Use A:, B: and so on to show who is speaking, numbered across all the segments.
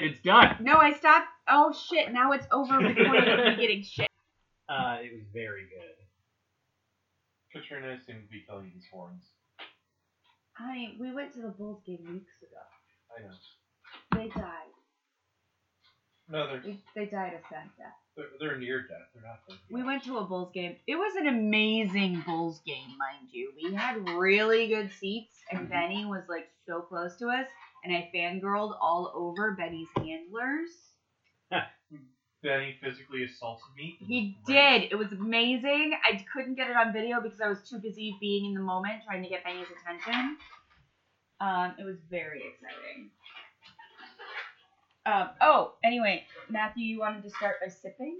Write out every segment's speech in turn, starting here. A: It's done.
B: No, I stopped. Oh shit! Now it's over recording and me getting shit.
A: Uh, it was very good.
C: Katrina assumed we tell you these horns.
B: I we went to the Bulls game weeks ago.
C: I know.
B: They died.
C: No, they're,
B: We- They died a sad death.
C: they're, they're near death. They're not dead.
B: We went to a Bulls game. It was an amazing Bulls game, mind you. We had really good seats, and Benny was like so close to us, and I fangirled all over Benny's handlers.
C: Then he physically assaulted me.
B: He
C: Right.
B: did. It was amazing. I couldn't get it on video because I was too busy being in the moment trying to get Benny's attention. Um, it was very exciting. Um, oh, anyway, Matthew, you wanted to start by sipping?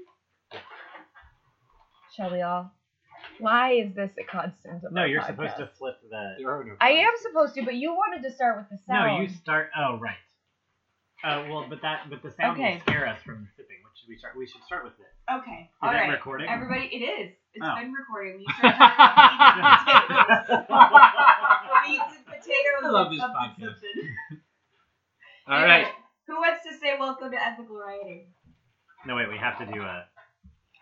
B: Shall we all?
D: Why is this a constant? of
A: No,
D: our
A: you're
D: podcast?
A: supposed to flip the.
C: There are no
D: I am
C: problems.
D: supposed to, but you wanted to start with the sound.
A: No, you start. Oh, right. Uh, well, but that, but the sound
B: Okay.
A: will scare us from sipping. What should we start? We should start with this. Is
B: Okay. all
A: that
B: right.
A: recording?
B: Everybody, it is. It's
A: Oh.
B: been recording. You should have potatoes. Beans and potatoes.
A: I love
B: and
A: this
B: something,
A: podcast.
B: something.
A: All
B: Anyway,
A: right.
B: Who wants to say welcome to ethical writing?
A: No, wait. We have to do a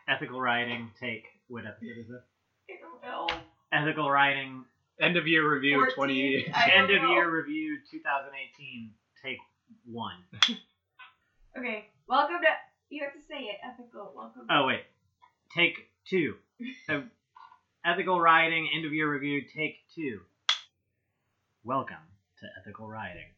A: ethical rioting take. What episode is this?
B: I don't know.
A: Ethical rioting
E: End of year review
B: 14?
E: 20.
B: I don't
A: end of
B: know.
A: year review 2018 take one.
B: Okay. Welcome to. You have to say it. Ethical. Welcome.
A: Oh wait, take two. Uh, ethical rioting end of year review take two. Welcome to ethical rioting.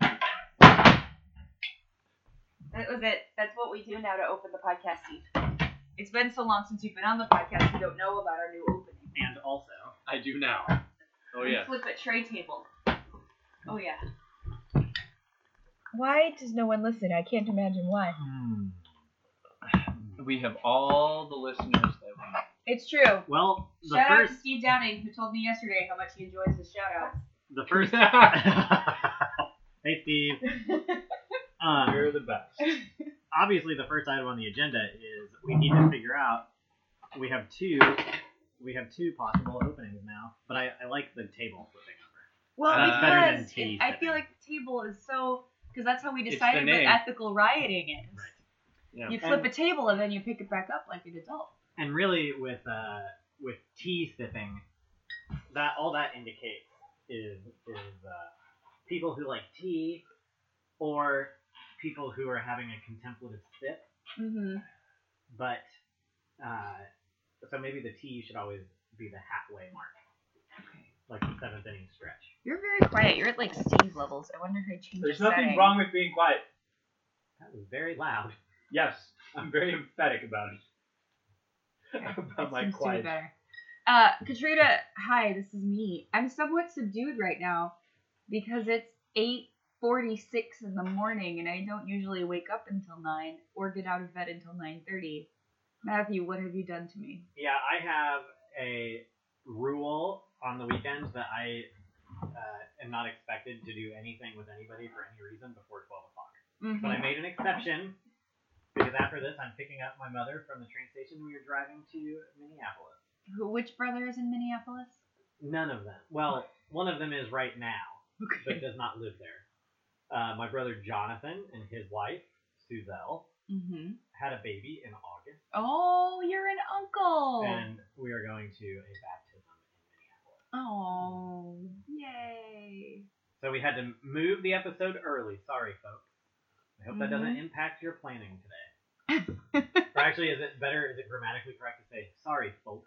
B: That was it. That's what we do now to open the podcast. Steve. It's been so long since you've been on the podcast. You don't know about our new opening.
A: And also,
E: I do now. Oh,
B: We
E: yeah.
B: Flip at tray table. Oh yeah.
D: Why does no one listen? I can't imagine why.
A: hmm,
E: We have all the listeners that we
D: It's true.
A: well, the
B: Shout out
A: first,
B: to Steve Downing who told me yesterday how much he enjoys his shout outs.
A: the first. hey Steve. Um,
E: You're the best.
A: obviously the first item on the agenda is we need to figure out we have two we have two possible openings now but i, I like the table flipping over
B: Well,
E: That's
A: better than
B: because
A: tea
B: it, I
A: sipping.
B: feel like the table is so because that's how we
E: It's the
B: decided what
E: name.
B: ethical rioting is.
E: Yeah.
B: You flip
A: And-
B: a table and then you pick it back up like an adult.
A: and really with uh with tea sipping that all that indicates is is uh, people who like tea or people who are having a contemplative sip
B: Mm-hmm.
A: but uh so maybe the tea should always be the halfway mark like the seventh inning stretch
D: You're very quiet. You're at like Steve levels. I wonder if I change
E: There's
D: the
E: nothing
D: setting.
E: wrong with being quiet.
A: That was very loud.
E: Yes, I'm very emphatic about it. about
B: That
E: my
B: seems to be
E: quiet.
B: better. Uh, Katrina, hi, this is me. I'm somewhat subdued right now because it's 8:46 in the morning and I don't usually wake up until 9 or get out of bed until 9:30. Matthew, what have you done to me?
A: Yeah, I have a rule on the weekends that I uh, am not expected to do anything with anybody for any reason before 12 o'clock.
B: Mhm.
A: But I made an exception because after this, I'm picking up my mother from the train station. We are driving to Minneapolis.
B: Who, which brother is in Minneapolis?
A: None of them. Well, one of them is right now, but does not live there. Uh, my brother Jonathan and his wife, Suzelle,
B: Mm-hmm.
A: had a baby in August.
B: Oh, you're an uncle.
A: and we are going to a baptism in Minneapolis.
B: oh, yay.
A: So we had to move the episode early. Sorry, folks. I hope that doesn't
B: Mhm.
A: impact your planning today. or actually, is it better? Is it grammatically correct to say "sorry, folk"?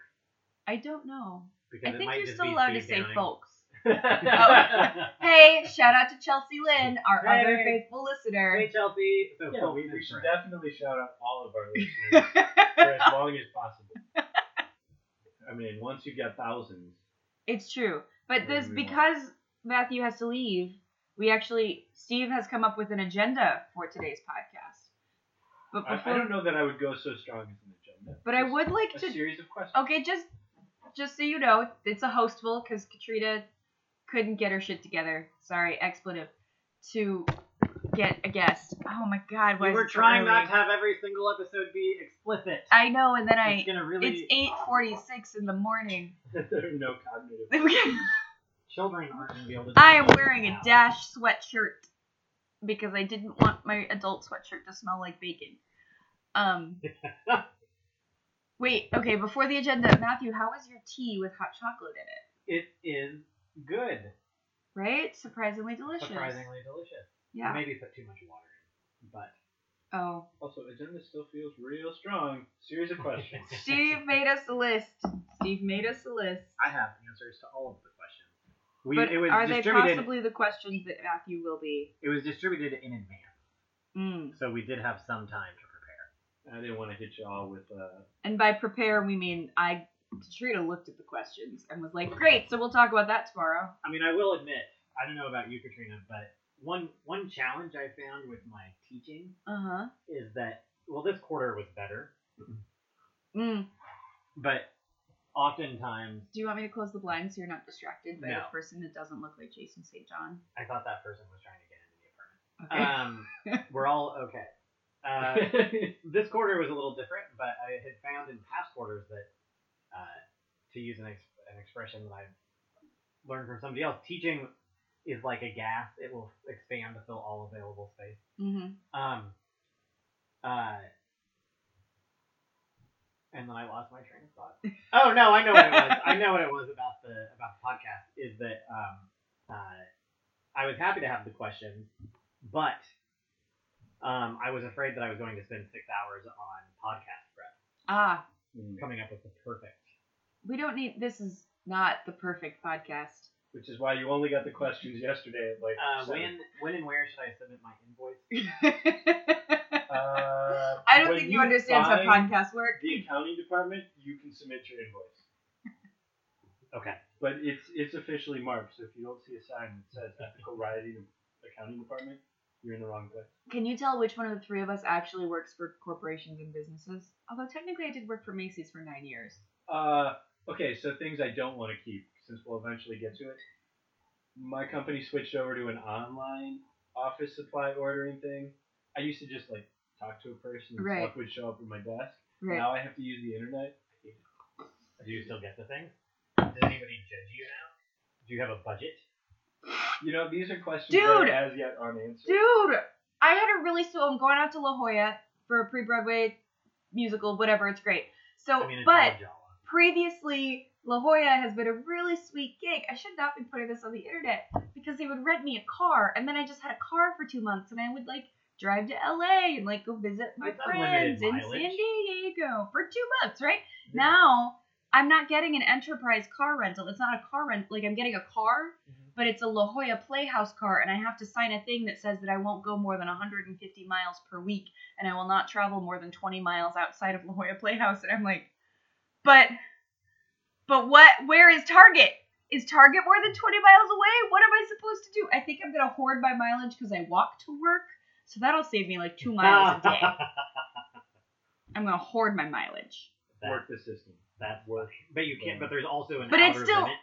B: I don't know.
A: Because
B: I
A: it
B: think
A: might
B: you're
A: just
B: still
A: be
B: allowed to
A: Steve
B: say
A: Downing.
B: folks. Oh. Hey, shout out to Chelsea Lynn, our other
A: Hey.
B: faithful listener.
A: hey, Chelsea. So
E: Yeah,
A: folk
E: we,
A: is
E: we should
A: correct.
E: definitely shout out all of our listeners for as long as possible. I mean, once you get thousands,
B: It's true. But this
E: Mhm.
B: because Matthew has to leave, we actually Steve has come up with an agenda for today's podcast. But
E: I, I
B: before
E: don't know that I would go so strong as an agenda.
B: but I
E: Just
B: would like
E: a
B: to
E: series of questions.
B: Okay, just just so you know, it's a hostful because Katrina couldn't get her shit together. Sorry, expletive. To get a guest. Oh my god, why
A: we
B: is
A: were
B: it so
A: trying
B: early?
A: not to have every single episode be explicit.
B: I know, and then I.
A: it's gonna
B: It's
A: really.
B: eight forty-six in the morning.
E: there are no cognitive.
B: I
A: Children aren't gonna be able to. do
B: am
A: this
B: wearing a
A: now.
B: dash sweatshirt because I didn't want my adult sweatshirt to smell like bacon. Um. wait. Okay. Before the agenda, Matthew, how was your tea with hot chocolate in it?
A: It is good.
B: Right? Surprisingly delicious.
A: Surprisingly delicious.
B: Yeah.
A: Maybe put too much water in, but
B: Oh.
E: Also, agenda still feels real strong. Series of questions.
B: Steve made us a list. Steve made us a list.
A: I have answers to all of the questions. We,
B: but
A: it was
B: are they
A: distributed.
B: possibly the questions that Matthew will be?
A: It was distributed in advance,
B: Mm.
A: so we did have some time to prepare.
E: I didn't want to hit you all with uh,
B: And by prepare, we mean I, Katrina looked at the questions and was like, great, so we'll talk about that tomorrow.
A: I mean, I will admit, I don't know about you, Katrina, but one one challenge I found with my teaching
B: Uh huh.
A: is that well, this quarter was better,
B: Mm.
A: but oftentimes
B: Do you want me to close the blind so you're not distracted by
A: No.
B: the person that doesn't look like Jason St. John?
A: I thought that person was trying to get into the apartment.
B: Okay.
A: Um, we're all okay. Uh, this quarter was a little different, but I had found in past quarters that, uh, to use an, ex- an expression that I've learned from somebody else, teaching is like a gas; it will expand to fill all available space.
B: mm-hmm.
A: Um, uh, and then I lost my train of thought. Oh no, I know what it was. I know what it was about the about the podcast is that um, uh, I was happy to have the questions, but um, I was afraid that I was going to spend six hours on podcast prep,
B: Ah,
A: coming up with the perfect.
B: we don't need. This is not the perfect podcast.
E: which is why you only got the questions yesterday. Like
A: Uh,
E: seven.
A: when when and where should I submit my invoice?
E: Uh,
B: I don't
E: when
B: think you understand how
E: find
B: podcasts work.
E: The accounting department, you can submit your invoice,
A: Okay,
E: but it's it's officially marked. So if you don't see a sign that says ethical rioting accounting department, you're in the wrong place.
B: Can you tell which one of the three of us actually works for corporations and businesses? Although technically, I did work for Macy's for nine years.
E: Uh, okay, so things I don't want to keep, since we'll eventually get to it. My company switched over to an online office supply ordering thing. I used to just like talk to a person and
B: Right.
E: stuff would show up at my desk.
B: Right.
E: Now I have to use the internet.
A: do you still get the thing? Does anybody judge you now? Do you have a budget?
E: You know, these are questions
B: Dude!
E: that as yet aren't answered.
B: Dude, I had a really so I'm going out to La Jolla for a pre-Broadway musical, whatever. It's great. So,
A: I mean, it's
B: but
A: all Jala.
B: previously La Jolla has been a really sweet gig. I should not be putting this on the internet because they would rent me a car, and then I just had a car for two months, and I would like drive to LA and like go visit my
A: It's unlimited
B: friends in San
A: mileage.
B: Diego for two months, right? Now I'm not getting an enterprise car rental. It's not a car rent. Like I'm getting a car,
A: Mhm.
B: but it's a La Jolla Playhouse car, and I have to sign a thing that says that I won't go more than 150 miles per week, and I will not travel more than 20 miles outside of La Jolla Playhouse. And I'm like, but, but what? Where is Target? Is Target more than 20 miles away? What am I supposed to do? I think I'm gonna hoard my mileage because I walk to work, so that'll save me like two miles a day. I'm gonna hoard my mileage.
A: That-
E: Work the system.
A: That's work. But you can't.
E: Yeah.
A: But there's also an
B: But it's
A: outer
B: still-
A: limit.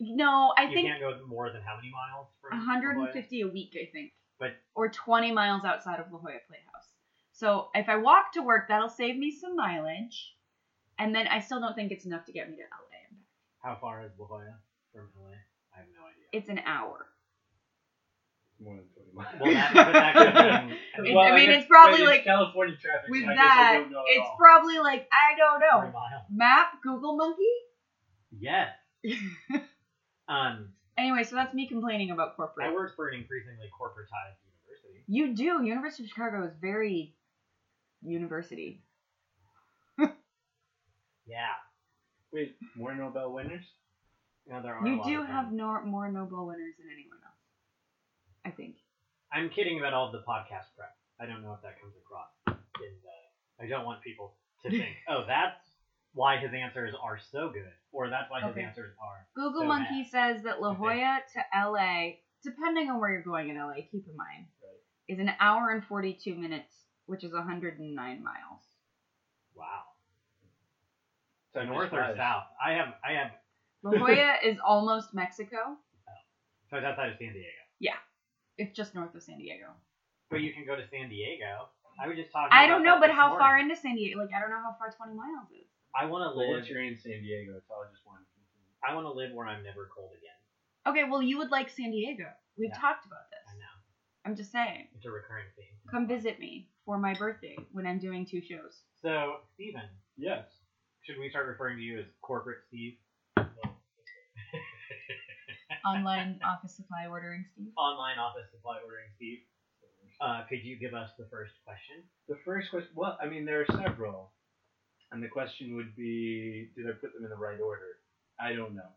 B: No, I
A: you
B: think
A: can't go more than how many miles from
B: 150 a week, I think.
A: But-
B: or 20 miles outside of La Jolla Playhouse. So if I walk to work, that'll save me some mileage, and then I still don't think it's enough to get me to LA. and back.
A: How far is La Jolla from LA? I have no idea.
B: It's an hour.
E: More than 20 miles.
A: well, that, but that could mean,
B: It-
A: I mean,
B: I mean,
E: guess-
B: it's probably
E: but
B: like-
E: California traffic.
B: With
E: so I guess I
B: that,
E: don't know at
B: it's
E: all.
B: probably like I don't
A: three
B: know.
A: miles.
B: Map, Google Monkey.
A: Yes. um,
B: Anyway, so that's me complaining about
A: I
B: corporate.
A: work for an increasingly corporatized university.
B: You do. University of Chicago is very university.
A: Yeah.
E: Wait, more Nobel winners?
A: You, know, there are a
B: You
A: lot
B: do
A: of
B: have
A: them.
B: nor- more Nobel winners than anyone else. I think.
A: I'm kidding about all the podcast prep. I don't know if that comes across. In the, I don't want people to think, oh, that's why his answers are so good, or that's why his
B: Okay.
A: answers are.
B: Google
A: So
B: Monkey says that La
A: Okay.
B: Jolla to LA, depending on where you're going in LA, keep in mind,
E: Right.
B: is an hour and 42 minutes, which is 109 miles.
A: Wow.
E: So
A: North or south? I have I have
B: La Jolla is almost Mexico.
A: so it's outside of San Diego.
B: It's just north of San Diego.
A: But you can go to San Diego. I was just talking.
B: I
A: about
B: don't know,
A: that
B: but
A: this
B: how far
A: morning.
B: into San Diego? Like, I don't know how far 20 miles is.
A: I want to
E: Well,
A: live.
E: once you're in San Diego, it's all just one.
A: I want to live where I'm never cold again.
B: Okay, well, you would like San Diego. We've
A: Yeah.
B: talked about
A: I
B: this.
A: know.
B: I'm just saying.
A: It's a recurring theme.
B: Come visit me for my birthday when I'm doing two shows.
A: So, Steven,
E: Yes.
A: should we start referring to you as Corporate Steve?
B: Online office supply ordering, Steve.
A: Online office supply ordering Steve. Uh, could you give us the first question?
E: The first question, well, I mean, there are several. And the question would be, did I put them in the right order? I don't know.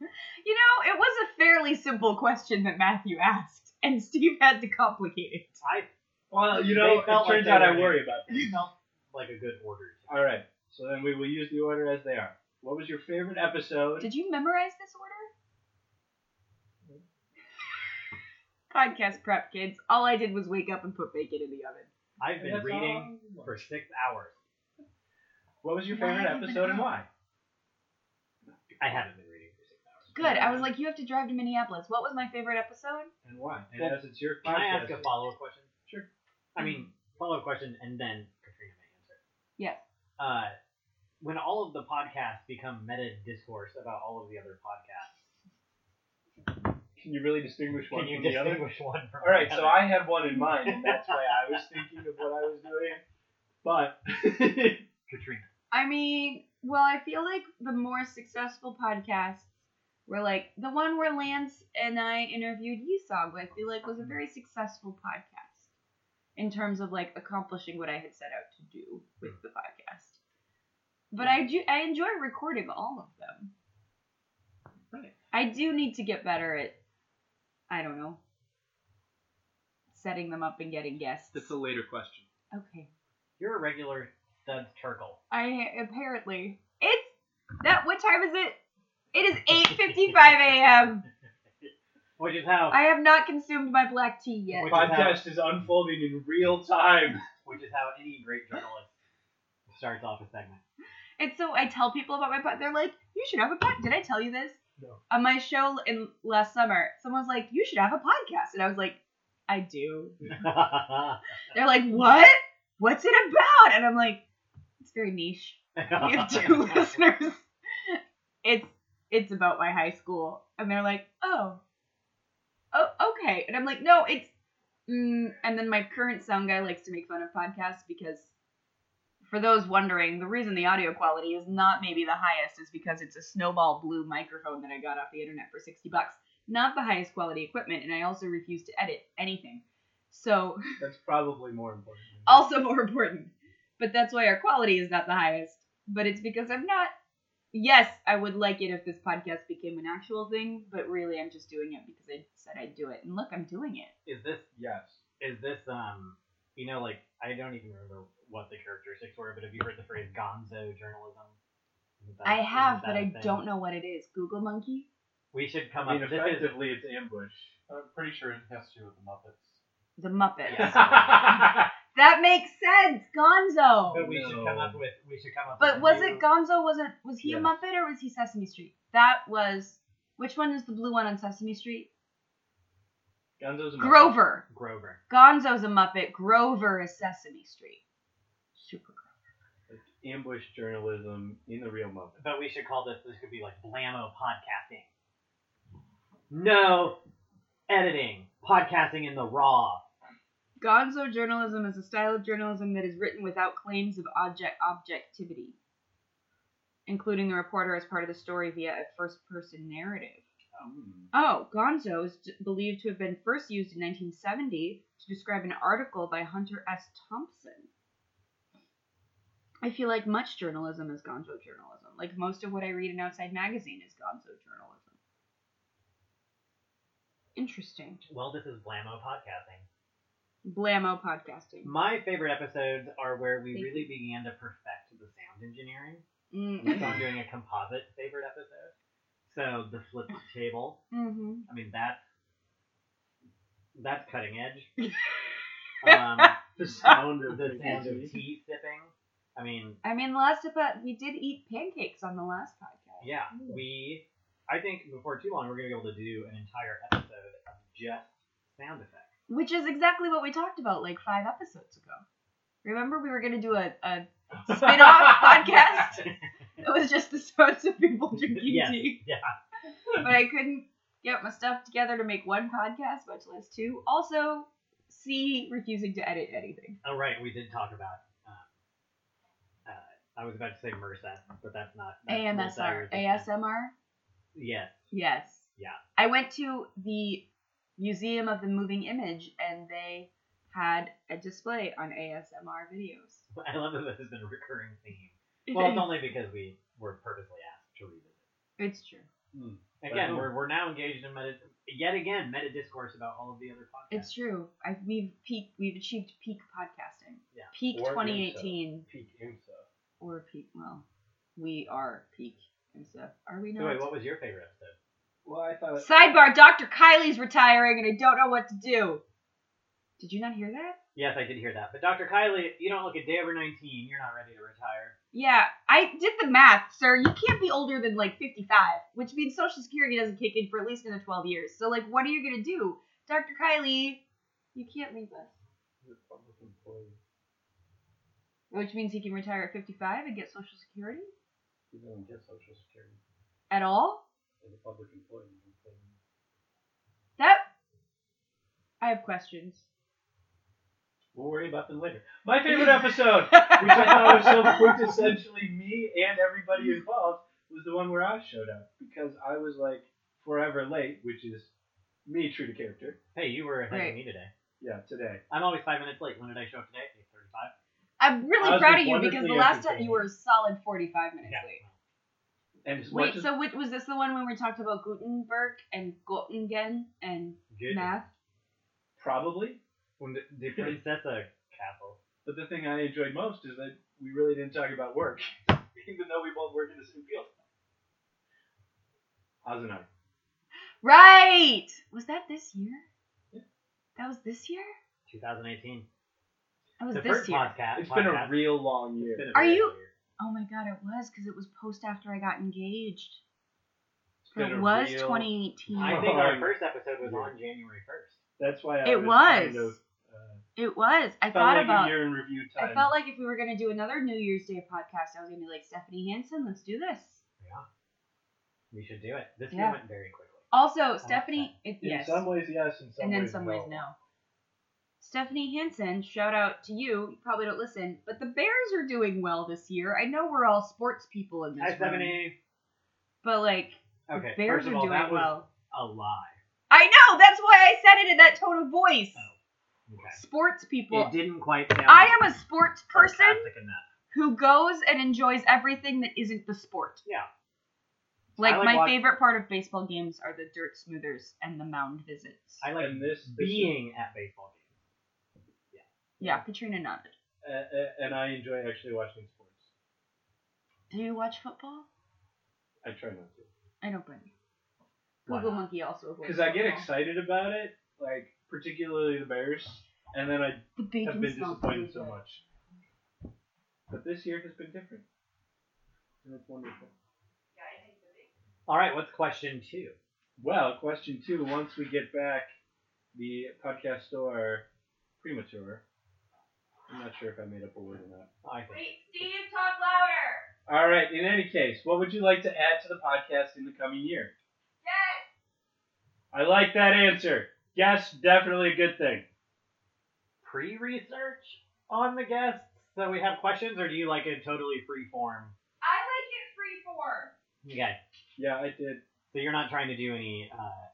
B: You know, it was a fairly simple question that Matthew asked, and Steve had to complicate it.
A: I
E: Well, Uh, you
A: They
E: know, it
A: felt like
E: turns
A: they
E: out
A: were
E: I
A: in.
E: worry about them.
A: it felt like a good order. to me.
E: All right. So then we will use the order as they are. What was your favorite episode?
B: Did you memorize this order? Podcast prep, kids. All I did was wake up and put bacon in the oven.
A: I've been
E: That's
A: reading
E: all.
A: for six hours.
E: What was your
B: Why
E: favorite
B: have you been
E: episode and
B: up?
E: why?
A: I haven't been reading for six hours.
B: Good. I was like, you have to drive to Minneapolis. What was my favorite episode?
E: And why? And
A: Well,
E: as it's your
A: Can I ask
E: podcast-
A: a follow up question?
E: Sure.
A: I mean, follow up question, and then Katrina may answer.
B: Yes.
A: Uh, when all of the podcasts become meta discourse about all of the other podcasts,
E: Can you really distinguish one
A: can you
E: from the other?
A: distinguish one from
E: All right,
A: the
E: so
A: other?
E: I had one in mind, and that's why I was thinking of what I was doing. But
A: Katrina.
B: I mean, well, I feel like the more successful podcasts were like the one where Lance and I interviewed Esau, I feel like was a very successful podcast in terms of like accomplishing what I had set out to do with the podcast. But I do I enjoy recording all of them.
A: Right.
B: I do need to get better at I don't know setting them up and getting guests.
E: later question.
B: okay.
A: You're a regular stud turkle.
B: I apparently it's that. What time is it? It is eight fifty-five a.m.
A: Which is how
B: I have not consumed my black tea yet.
E: The
A: Which is
E: podcast is unfolding in real time.
A: which is how any great journalist starts off a segment.
B: And so I tell people about my pod. They're like, "You should have a pod." Did I tell you this?
E: No.
B: On my show in last summer, someone's like, "You should have a podcast," and I was like, "I do." They're like, "What? What's it about?" And I'm like, "It's very niche. We have two listeners. It's it's about my high school." And they're like, "Oh, oh, okay." And I'm like, "No, it's." Mm. And then my current sound guy likes to make fun of podcasts because, for those wondering, the reason the audio quality is not maybe the highest is because it's a Snowball Blue microphone that I got off the internet for sixty bucks. Not the highest quality equipment, and I also refuse to edit anything. So
E: That's probably more important.
B: also more important. But that's why our quality is not the highest. But it's because I'm not. Yes, I would like it if this podcast became an actual thing, but really I'm just doing it because I said I'd do it. And look, I'm doing it.
A: Is this
E: Yes.
A: is this um you know like I don't even remember what the characteristics were, but have you heard the phrase gonzo journalism? Isn't that-
B: I have,
A: isn't
B: but
A: that
B: I
A: a thing?
B: don't know what it is. Google Monkey?
A: We should come
E: I mean,
A: up. This is,
E: effectively, it's ambush.
C: I'm pretty sure it has to do with the Muppets.
B: The Muppets.
A: Yeah.
B: That makes sense. Gonzo.
A: but we should come up with we should come up.
B: But
A: with
B: was
A: a
B: it
A: new-
B: Gonzo? Wasn't was he a
E: Yes.
B: Muppet or was he Sesame Street? That was which one is the blue one on Sesame Street?
E: Gonzo's a Muppet.
B: Grover.
A: Grover?
B: Gonzo's a Muppet. Grover is Sesame Street. Super.
E: Like, ambush journalism in the real Muppet.
A: But we should call this. This could be like blammo podcasting. No editing. Podcasting in the raw.
B: Gonzo journalism is a style of journalism that is written without claims of object objectivity, including the reporter as part of the story via a first-person narrative. Oh, Gonzo is d- believed to have been first used in 1970 to describe an article by Hunter S. Thompson. I feel like much journalism is Gonzo journalism. Like most of what I read in Outside Magazine is Gonzo journalism. Interesting.
A: Well, this is blammo podcasting.
B: Blammo podcasting.
A: My favorite episodes are where we
B: Thank
A: really began to perfect the sound engineering.
B: Mm.
A: So I'm doing a composite favorite episode. So the flipped table.
B: hmm
A: I mean that's that's cutting edge. um,
E: The sound of
A: the sound of
E: tea.
A: tea sipping. I mean,
B: I mean, the last about we did eat pancakes on the last podcast.
A: yeah, we. I think before too long we're gonna be able to do an entire episode of just sound effects.
B: Which is exactly what we talked about like five episodes ago. Remember, we were going to do a, a spin off podcast? It was just the sounds of people drinking
A: Yes.
B: tea.
A: Yeah.
B: But I couldn't get my stuff together to make one podcast, much less two. Also, C refusing to edit anything.
A: Oh, right. We did talk about. Um, uh, I was about to say MRSA, but that's not. That's
B: AMSR,
A: desirable.
B: ASMR.
A: Yes.
B: Yes.
A: Yeah.
B: I went to the Museum of the Moving Image, and they had a display on ASMR videos.
A: I love that this has been a recurring theme. Well, it's only because we were purposely asked to revisit.
B: it's true.
A: Again,
E: Right.
A: we're, we're now engaged in meta, yet again meta discourse about all of the other podcasts.
B: It's true. I, we've peak. We've achieved peak podcasting.
A: Yeah.
B: Peak
E: Or
B: 2018
E: Peak IMSA.
B: or peak. Well, we are peak and stuff. Are we
A: So
B: not?
A: wait, what was your favorite episode?
E: Well, uh, I thought.
B: Sidebar: Dr. Kylie's retiring, and I don't know what to do. Did you not hear that?
A: Yes, I did hear that. But Dr. Kylie, if you don't look a day over 19, you're not ready to retire.
B: Yeah, I did the math, sir. You can't be older than like 55, which means Social Security doesn't kick in for at least another 12 years. So, like, what are you gonna do, Dr. Kylie? You can't leave us,
E: You're a public employee.
B: which means he can retire at 55 and get Social Security
E: You don't get Social Security
B: at all.
E: as a public employee. you don't pay me.
B: That I have questions.
E: We'll worry about them later. My favorite episode, which I thought was so quintessentially me and everybody involved, was the one where I showed up because I was like forever late, which is me true to character.
A: Hey, you were ahead
B: Right.
A: of me today.
E: Yeah, today.
A: I'm always five minutes late. When did I show up today? 8:35.
B: I'm
E: I
B: really
E: was
B: proud of you because
E: wonderfully
B: the last time
E: entertained.
B: you were a solid 45 minutes
A: Yeah.
B: late.
E: And as much
B: Wait,
E: as
B: so what, was this the one when we talked about Gutenberg and Gottingen and
A: Good.
B: math?
E: probably,
A: From the, the Princessa Castle.
E: but the thing I enjoyed most is that we really didn't talk about work, even though we both work in the same field. How's it not?
B: Right! Was that this year?
E: Yeah.
B: That was this year?
A: 2018.
B: That was
A: the
B: this
A: first
B: year.
A: podcast.
E: It's been a
A: podcast.
E: real long
A: It's been
E: year.
A: a
B: Are
A: real
B: you-
A: year.
B: Oh my god, it was because it was post after I got engaged.
E: It's been
B: It
E: a
B: was
E: real-
B: 2018.
A: I think our
E: Um,
A: first episode was
E: yeah.
A: on January 1st.
E: That's why I
B: It
E: kind
B: was.
E: of, uh,
B: it was. I
E: felt
B: thought
E: like a
B: about.
E: year in review time.
B: I felt like if we were gonna do another New Year's Day podcast, I was gonna be like Stephanie Hansen. Let's do this.
A: Yeah. We should do it. This
B: Yeah.
A: year went very quickly.
B: Also, Stephanie. It,
E: In
B: yes.
E: some ways, yes. In some
B: and then
E: ways,
B: some
E: no.
B: ways no. Stephanie Hansen, shout out to you. You probably don't listen, but the Bears are doing well this year. I know we're all sports people in this
A: Hi,
B: room,
A: Stephanie.
B: but like the
A: Okay.
B: Bears
A: first of
B: are
A: all,
B: doing
A: that was
B: well.
A: a lie.
B: I know. That's why I said it in that tone of voice.
A: Oh, Okay.
B: Sports people.
A: It didn't quite sound.
B: I am a sports person
A: sarcastic enough.
B: who goes and enjoys everything that isn't the sport.
A: Yeah.
B: Like,
A: I like
B: my
A: watch-
B: favorite part of baseball games are the dirt smoothers and the mound visits.
A: I like
E: And this this is-
A: being at baseball games.
B: yeah, Katrina nodded.
E: uh, uh, and I enjoy actually watching sports.
B: Do you watch football?
E: I try not to
B: I don't blame you.
A: Why
B: Google
A: not?
B: Monkey also avoids
E: because I get
B: football.
E: excited about it, like particularly the Bears, and then I
B: The bacon
E: have been
B: smells
E: disappointed
B: really
E: so
B: good.
E: much. But this year has been different, and it's wonderful.
A: All right, what's question two?
E: Well, question two. Once we get back the podcast store premature, I'm not sure if I made up a word or not.
A: I think.
D: Steve, talk louder.
E: All right. In any case, what would you like to add to the podcast in the coming year?
D: Yes.
E: I like that answer. Yes, definitely a good thing.
A: Pre-research on the guests, so we have questions, or do you like it totally free form?
D: I like it free form.
A: Okay,
E: Yeah, I did.
A: so you're not trying to do any uh,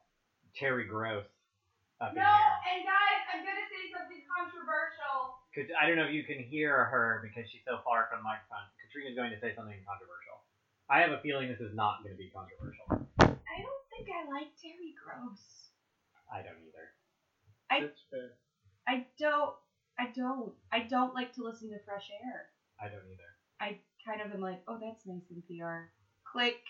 A: Terry Gross up in
D: No,
A: here.
D: and guys, I'm gonna say something controversial.
A: 'Cause I don't know if you can hear her because she's so far from the microphone. Katrina's going to say something controversial. I have a feeling this is not going to be controversial.
D: I don't think I like Terry Gross.
A: I don't either.
B: I-
E: That's fair.
B: I don't. I don't. I don't like to listen to fresh air.
A: I don't either.
B: I kind of am like, oh, that's nice in PR. Click.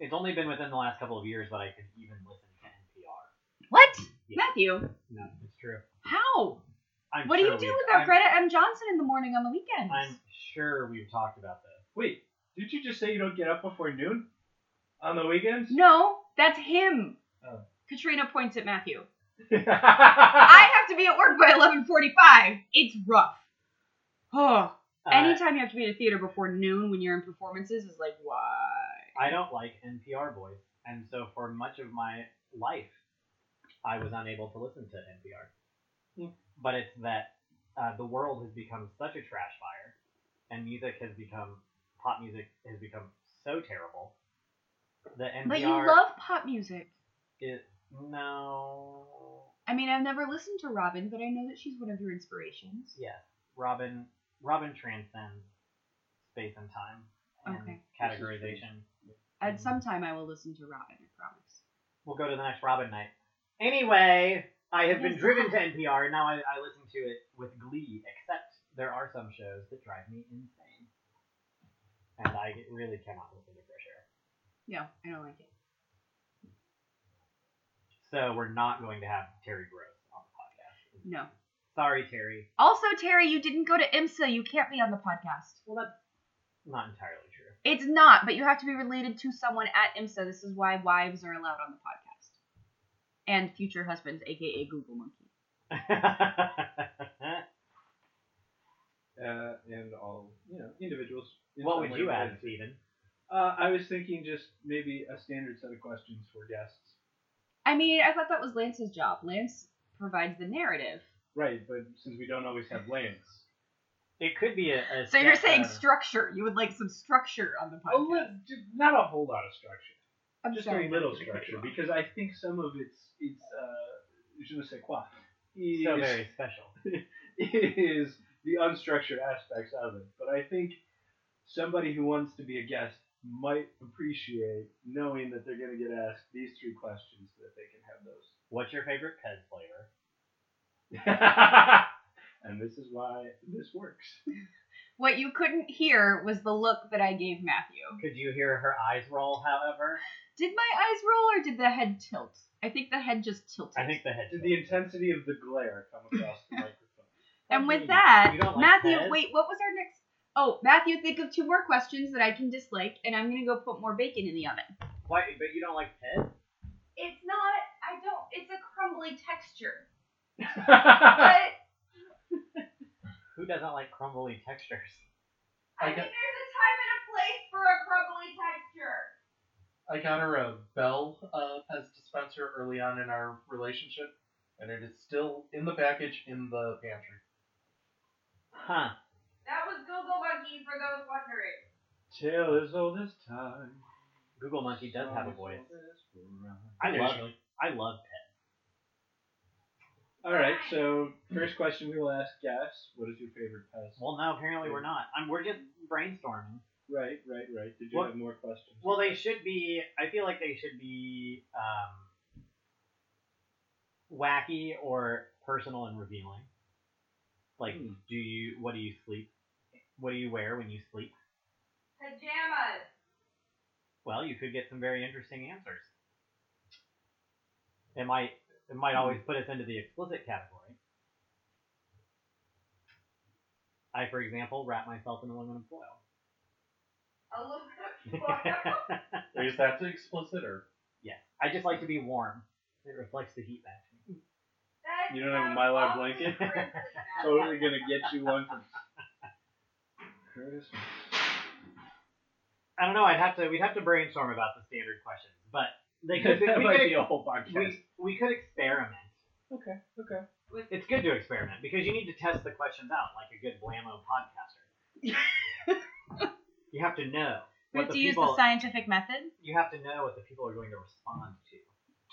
A: It's only been within the last couple of years that I could even listen to NPR.
B: What?
A: Yeah.
B: Matthew,
A: No, it's true.
B: how?
A: I'm
B: what do
A: sure
B: you do
A: we've-
B: without
A: I'm-
B: Greta M. Johnson in the morning on the weekends?
A: I'm sure we've talked about this.
E: Wait, did you just say you don't get up before noon on the weekends?
B: No, that's him.
E: Oh.
B: Katrina points at Matthew. I
E: I
B: have to be at work by 11:45. It's rough. Oh,
A: Uh,
B: anytime you have to be in a theater before noon when you're in performances is like why?
A: I don't like NPR voice, and so for much of my life, I was unable to listen to NPR.
E: Yeah.
A: But it's that uh, the world has become such a trash fire, and music has become pop music has become so terrible that NPR.
B: But you love pop music.
A: it, no.
B: I mean, I've never listened to Robin, but I know that she's one of your inspirations.
A: Yes, Robin. Robin transcends space and time and
B: Okay.
A: categorization.
B: At some time, I will listen to Robin. I promise.
A: We'll go to the next Robin night. Anyway, I have
B: What
A: been
B: is
A: driven to NPR, and now I, I listen to it with glee, except there are some shows that drive me insane. And I really cannot listen to Fresh Air.
B: No, I don't like it.
A: So we're not going to have Terry Gross on the podcast.
B: No.
A: Sorry, Terry.
B: Also, Terry, you didn't go to IMSA. You can't be on the podcast.
A: Well, that's not entirely true.
B: It's not, but you have to be related to someone at IMSA. This is why wives are allowed on the podcast. And future husbands, aka Google Monkey.
E: uh, and all you know individuals. in
A: what
E: some
A: would
E: way
A: you add,
E: related.
A: Steven?
E: Uh, I was thinking just maybe a standard set of questions for guests.
B: I mean, I thought that was Lance's job. Lance provides the narrative.
E: Right, but since we don't always have Lance.
A: It could be a. a
B: So you're
A: set-
B: saying
A: uh,
B: structure. You would like some structure on the
E: A
B: podcast.
E: li- not a whole lot of structure.
B: Oh, I'm
E: just
B: sorry,
E: a little
B: Lance, I cut
E: structure
B: you off.
E: because I think some of it's it's uh, je ne sais quoi. Is,
A: so very special.
E: is the unstructured aspects of it. But I think somebody who wants to be a guest might appreciate knowing that they're going to get asked these three questions so that they can have those.
A: What's your favorite Pez flavor?
E: and this is why this works.
B: What you couldn't hear was the look that I gave Matthew.
A: Could you hear her eyes roll, however?
B: Did my eyes roll or did the head tilt? I think the head just tilted.
A: I think the head.
E: Did
A: tilt.
E: the intensity of the glare come across the microphone?
B: and with
A: You
B: that,
A: don't like
B: Matthew,
A: Pez?
B: wait, what was our next? Oh, Matthew, think of two more questions that I can dislike, and I'm gonna go put more bacon in the oven.
A: Why, but you don't like Pez?
D: It's not. I don't. It's a crumbly texture.
E: I
D: But
A: Who doesn't like crumbly textures?
D: I
C: I
D: think
C: got,
D: there's a time and a place for a crumbly texture.
C: I got her a Bell uh, Pez dispenser early on in our relationship, and it is still in the package in the pantry.
A: Huh.
D: That was Google Monkey for those wondering.
E: Tale as old as time.
A: Google Monkey does have a
E: songs
A: voice.
E: old as rhyme.
A: I love
C: Occasionally.
A: I love Pez.
E: All right, so first question we will ask guests: What is your favorite pest?
A: Well, no, apparently we're not. I'm, we're just brainstorming.
E: Right, right, right. Did you
A: What-
E: have more questions?
A: Well, they should be. I feel like they should be um, wacky or personal and revealing. Like,
E: Hmm.
A: do you? What do you sleep? What do you wear when you sleep?
D: Pajamas.
A: Well, you could get some very interesting answers. It might it might always
E: Hmm.
A: put us into the explicit category. I, for example, wrap myself in aluminum foil.
D: Aluminum foil.
C: Is that too explicit or?
A: yes, I just like to be warm. It reflects the heat back. to me.
D: That
E: You don't have a
D: sounds
E: Mylar
D: awfully
E: blanket?
D: princely, Matt.
E: totally gonna get you one from Curtis.
A: I don't know. I'd have to. We'd have to brainstorm about the standard questions, but they could.
E: that
A: we,
E: might
A: could
E: be a whole podcast.
A: we, we could experiment.
E: Okay, okay.
A: It's good to experiment because you need to test the questions out, like a good blammo podcaster. you have to know.
B: We
A: what
B: have
A: the
B: to use the
A: people-
B: scientific method.
A: you have to know what the people are going to respond to,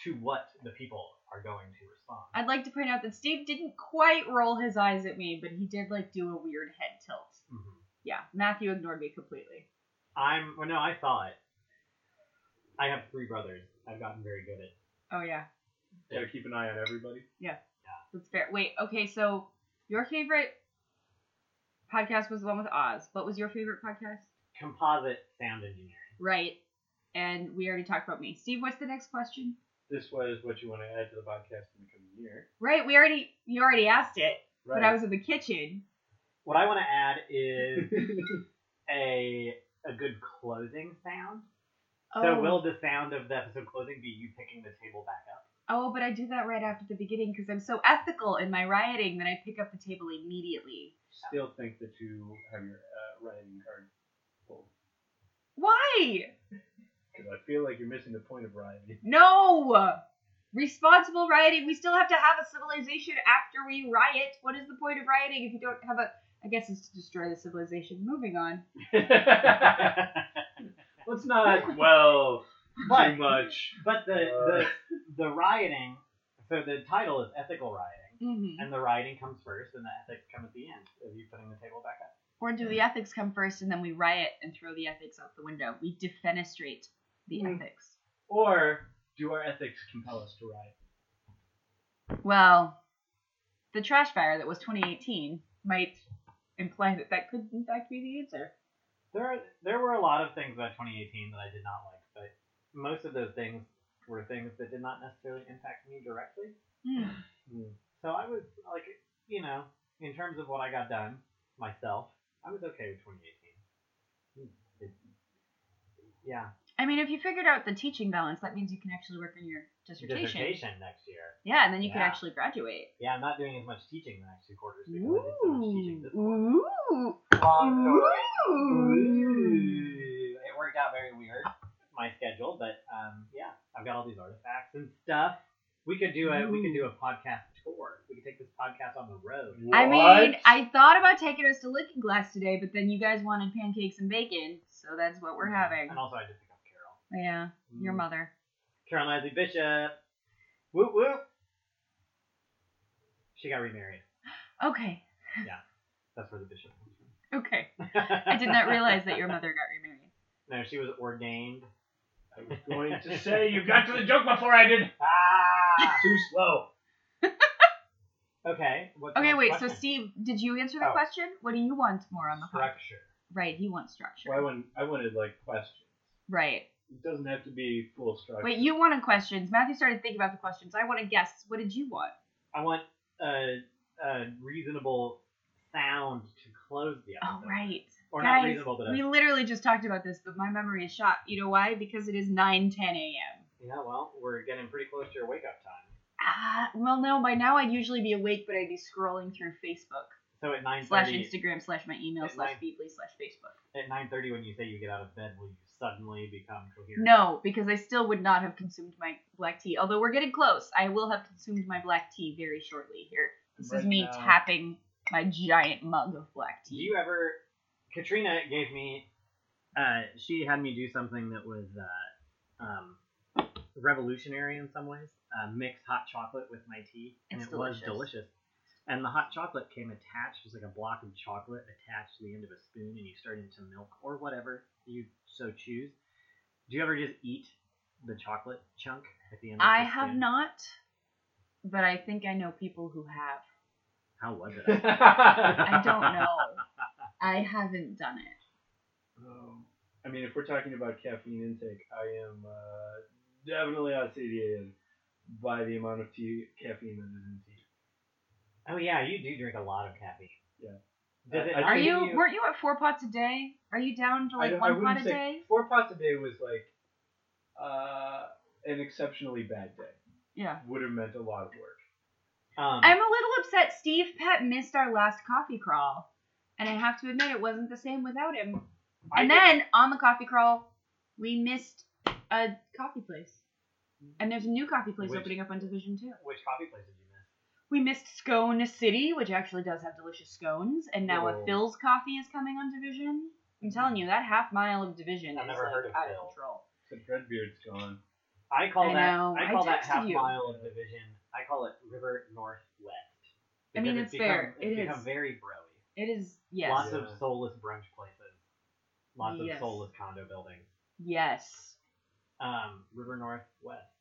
A: to what the people are going to respond.
B: I'd like to point out that Steve didn't quite roll his eyes at me, but he did like do a weird head tilt.
A: Mhm.
B: Yeah, Matthew ignored me completely.
A: I'm well, no, I saw it. I have three brothers. I've gotten very good at.
B: Oh yeah,
E: Gotta keep an eye on everybody.
B: that's fair. Wait, okay, so your favorite podcast was the one with Oz. What was your favorite podcast?
A: Composite sound engineering.
B: Right. And we already talked about me. Steve, what's the next question?
E: This was what you want to add to the podcast in the coming year.
B: Right, we already you already asked it,
E: Right.
B: but I was in the kitchen.
A: What I want to add is a a good closing sound. So
B: oh,
A: will the sound of the episode closing be you picking the table back up?
B: oh, but I do that right after the beginning because I'm so ethical in my rioting that I pick up the table immediately.
E: Still think that you have your uh, writing card pulled.
B: Why?
E: Because I feel like you're missing the point of writing.
B: No. responsible rioting. We still have to have a civilization after we riot. What is the point of rioting if you don't have a? I guess it's to destroy the civilization. Moving on.
E: Let's not well
A: But-
E: too much. Uh.
A: But the, the the rioting, so the title is ethical rioting,
B: Mm-hmm.
A: and the rioting comes first, and the ethics come at the end. Of you putting the table back up.
B: Or do the ethics come first, and then we riot and throw the ethics out the window? We defenestrate the
E: Mm.
B: ethics.
E: Or do our ethics compel us to riot?
B: Well, the trash fire that was 2018 might imply that that could, in fact, be the answer.
A: There are, there were a lot of things about 2018 that I did not like, but most of those things were things that did not necessarily impact me directly. Hmm. So I was like, you know, in terms of what I got done myself, I was okay with 2018. It- yeah,
B: I mean, if you figured out the teaching balance, that means you can actually work on your dissertation.
A: dissertation next year.
B: Yeah, and then you could
A: Yeah.
B: actually graduate.
A: Yeah, I'm not doing as much teaching the next two quarters because I did so much teaching
B: Ooh.
A: this quarter.
B: Ooh.
A: Long story.
B: Ooh.
A: Ooh. It worked out very weird, my schedule, but um, yeah, I've got all these artifacts and stuff. We could do a we could do a podcast tour. We could take this podcast on the road.
B: I mean,
C: What?
B: I thought about taking us to Looking Glass today, but then you guys wanted pancakes and bacon, so that's what we're having.
A: And also, I just pick up Carol.
B: Yeah, your
A: Mm.
B: mother.
A: Carol Leslie Bishop. Whoop whoop. She got remarried.
B: Okay,
A: That's where the bishop comes from.
B: okay. I did not realize that your mother got remarried.
A: No, she was ordained.
E: I was going to say you got to the joke before I did.
A: Ah.
E: Too slow.
A: Okay. What's
B: Okay,
A: my
B: wait. So
A: Um, question?
B: Steve, did you answer the
A: Oh.
B: question? What do you want more on the podcast?
A: structure.
B: Right, he wants structure.
E: Well, I wanted, I wanted like questions.
B: Right.
E: It doesn't have to be full structure.
B: Wait, you wanted questions. Matthew started thinking about the questions. I want to guess. What did you want?
A: I want a, a reasonable sound to close the
B: Oh,
A: episode.
B: right.
A: Or
B: Guys,
A: not reasonable, but a,
B: we literally just talked about this, but my memory is shot. You know why? Because it is 9 10 a.m.
A: yeah. Well, we're getting pretty close to your wake up time.
B: Ah, well, no, by now I'd usually be awake, but I'd be scrolling through Facebook
A: So at nine
B: slash
A: thirty,
B: Instagram slash my email
A: At
B: slash
A: nine-
B: Feedly slash Facebook.
A: at nine thirty, when you say you get out of bed, will you suddenly become coherent?
B: No, because I still would not have consumed my black tea. Although we're getting close, I will have consumed my black tea very shortly here. This
E: Right
B: is me
E: now-
B: tapping my giant mug of black
A: Do
B: tea.
A: you ever? Katrina gave me. Uh, she had me do something that was uh, um, revolutionary in some ways. Uh, mix hot chocolate with my tea, and
B: It's
A: it was
B: delicious.
A: delicious. And the hot chocolate came attached, just like a block of chocolate attached to the end of a spoon, and you started to milk or whatever you so choose. Do you ever just eat the chocolate chunk at the end? Of
B: I
A: the
B: have
A: spoon?
B: not, but I think I know people who have.
A: How was
E: Um,
A: it?
E: I
B: I don't know. I haven't done it.
E: Um, I mean, if we're talking about caffeine intake, I am uh, definitely acidiated by the amount of tea caffeine that is in tea.
A: oh yeah, you do drink a lot of caffeine.
E: Yeah.
A: Does it
E: I- I
A: not
B: Are
E: think
B: you,
A: give
B: Weren't you at four pots a day? Are you down to
E: I
B: like
E: don't- I
B: one
E: wouldn't
B: pot a
E: say-
B: day?
E: Four pots a day was like uh, an exceptionally bad day.
B: Yeah.
E: Would have meant a lot of work.
A: Um,
B: I'm a little upset. Steve Pett missed our last coffee crawl, and I have to admit it wasn't the same without him.
A: I
B: and
A: think-
B: then on the coffee crawl, we missed a coffee place, and there's a new coffee place
A: Which-
B: opening up on Division Two.
A: Which coffee place did you miss?
B: We missed Scone City, which actually does have delicious scones, and now
E: Whoa.
B: a
A: Oh.
B: Phil's Coffee is coming on Division. I'm telling you, that half mile of Division
A: I've
B: is
A: never
B: like,
A: heard of
B: out
A: Phil.
B: of control.
E: The Dreadbeard's gone.
A: I call
B: I
A: that
B: know.
A: I
B: I
A: call that
B: texted
A: half
B: you.
A: mile of division. I call it river northwest.
B: I mean,
A: Because
B: it's fair.
A: Become, it's
B: It
A: become
B: is.
A: very broy.
B: It is yes,
A: Lots
E: Yeah.
A: of soulless brunch places. Lots
B: Yes.
A: of soulless condo buildings.
B: yes,
A: Um, river northwest.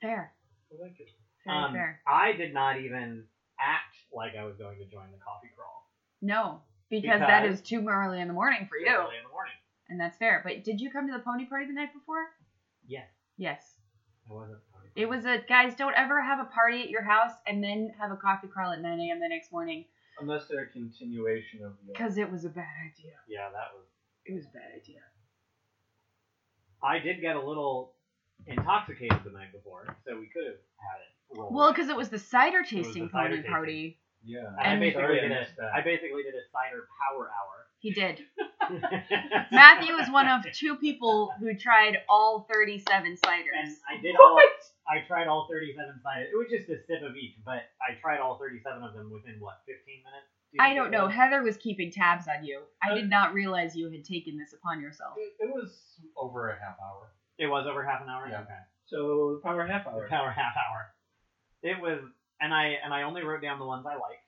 B: fair,
E: I like it.
B: fair,
A: um,
B: fair.
A: I did not even act like I was going to join the coffee crawl.
B: No, because, that
A: Because-
B: is too early in the morning for you,
A: Early in the morning.
B: and that's fair. But did you come to the pony party the night before?
A: Yes,
B: Yes.
A: I wasn't. coffee
B: It
A: crawl.
B: was a guys. Don't ever have a party at your house and then have a coffee crawl at 9 a.m. the next morning,
E: Unless they're a continuation of the.
B: because it was a bad idea.
A: Yeah, that was.
B: It was a bad idea.
A: I did get a little intoxicated the night before, so we could have had it. roll.
B: Well, because it was the cider tasting
A: the cider
B: pony
A: tasting.
B: party.
E: Yeah.
A: And I
B: And-
A: basically
E: Sorry, I
A: did a,
E: missed that.
A: I basically did a cider power hour.
B: He did. Matthew was one of two people who tried all 37 ciders.
A: And I did all I tried all 37 sides. It was just a sip of each, but I tried all 37 of them within what 15 minutes. you
B: I
A: think
B: don't
A: it
B: know.
A: was?
B: Heather was keeping tabs on you. I did not realize you had taken this upon yourself.
C: It, it was over a half hour.
A: It was over half an hour.
C: Yeah.
A: Okay.
E: So power half hour.
A: Power half hour. It was, and I and I only wrote down the ones I liked.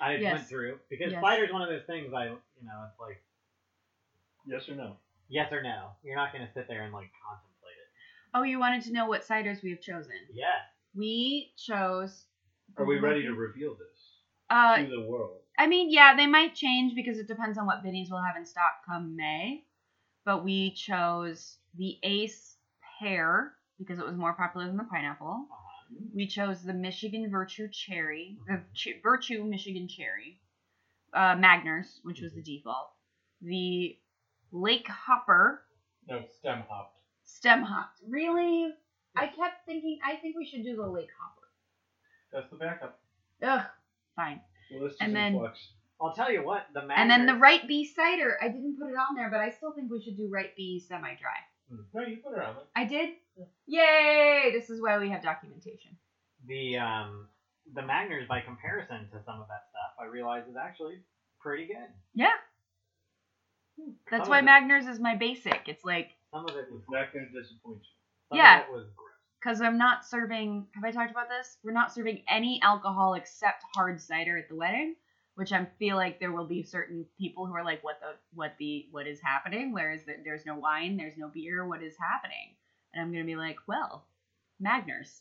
A: I just went
B: Yes.
A: through because
B: Yes.
A: fighter's one of those things I you know it's like
E: Yes or no?
A: yes or no. You're not gonna sit there and like contemplate it.
B: Oh, you wanted to know what ciders we have chosen.
A: Yes.
B: We chose.
E: Are we ready to reveal this
B: Uh,
E: to the world?
B: I mean, yeah, they might change because it depends on what Vinnies we'll have in stock come May. But we chose the Ace Pear because it was more popular than the pineapple.
A: Uh-huh.
B: We chose the Michigan Virtue Cherry, the ch- Virtue Michigan Cherry, uh, Magners, which was the default. The Lake Hopper
C: No, stem hopped.
B: Stem Hopped. Really? I kept thinking, I think we should do the Lake Hopper.
C: That's the backup.
B: Ugh, fine.
E: Well, this is
B: And
E: in
B: then-
E: flux.
A: I'll tell you what the
B: And then the
A: Magners-
B: right B cider. I didn't put it on there, but I still think we should do right B semi dry.
C: No, you put it on it.
B: I did? Yay! This is why we have documentation.
A: the um the Magners by comparison to some of that stuff I realized is actually pretty good.
B: Yeah. That's
A: Some
B: why
A: of it-
B: Magners is my basic. It's like,
A: Some of it was
E: It's not going to disappoint you.
A: some
B: Yeah.
A: of it was gross.
B: because I'm not serving, have I talked about this? We're not serving any alcohol except hard cider at the wedding, which I feel like there will be certain people who are like, what the, what the, what is happening? Where is that? There's no wine, there's no beer, what is happening? And I'm going to be like, well, Magners.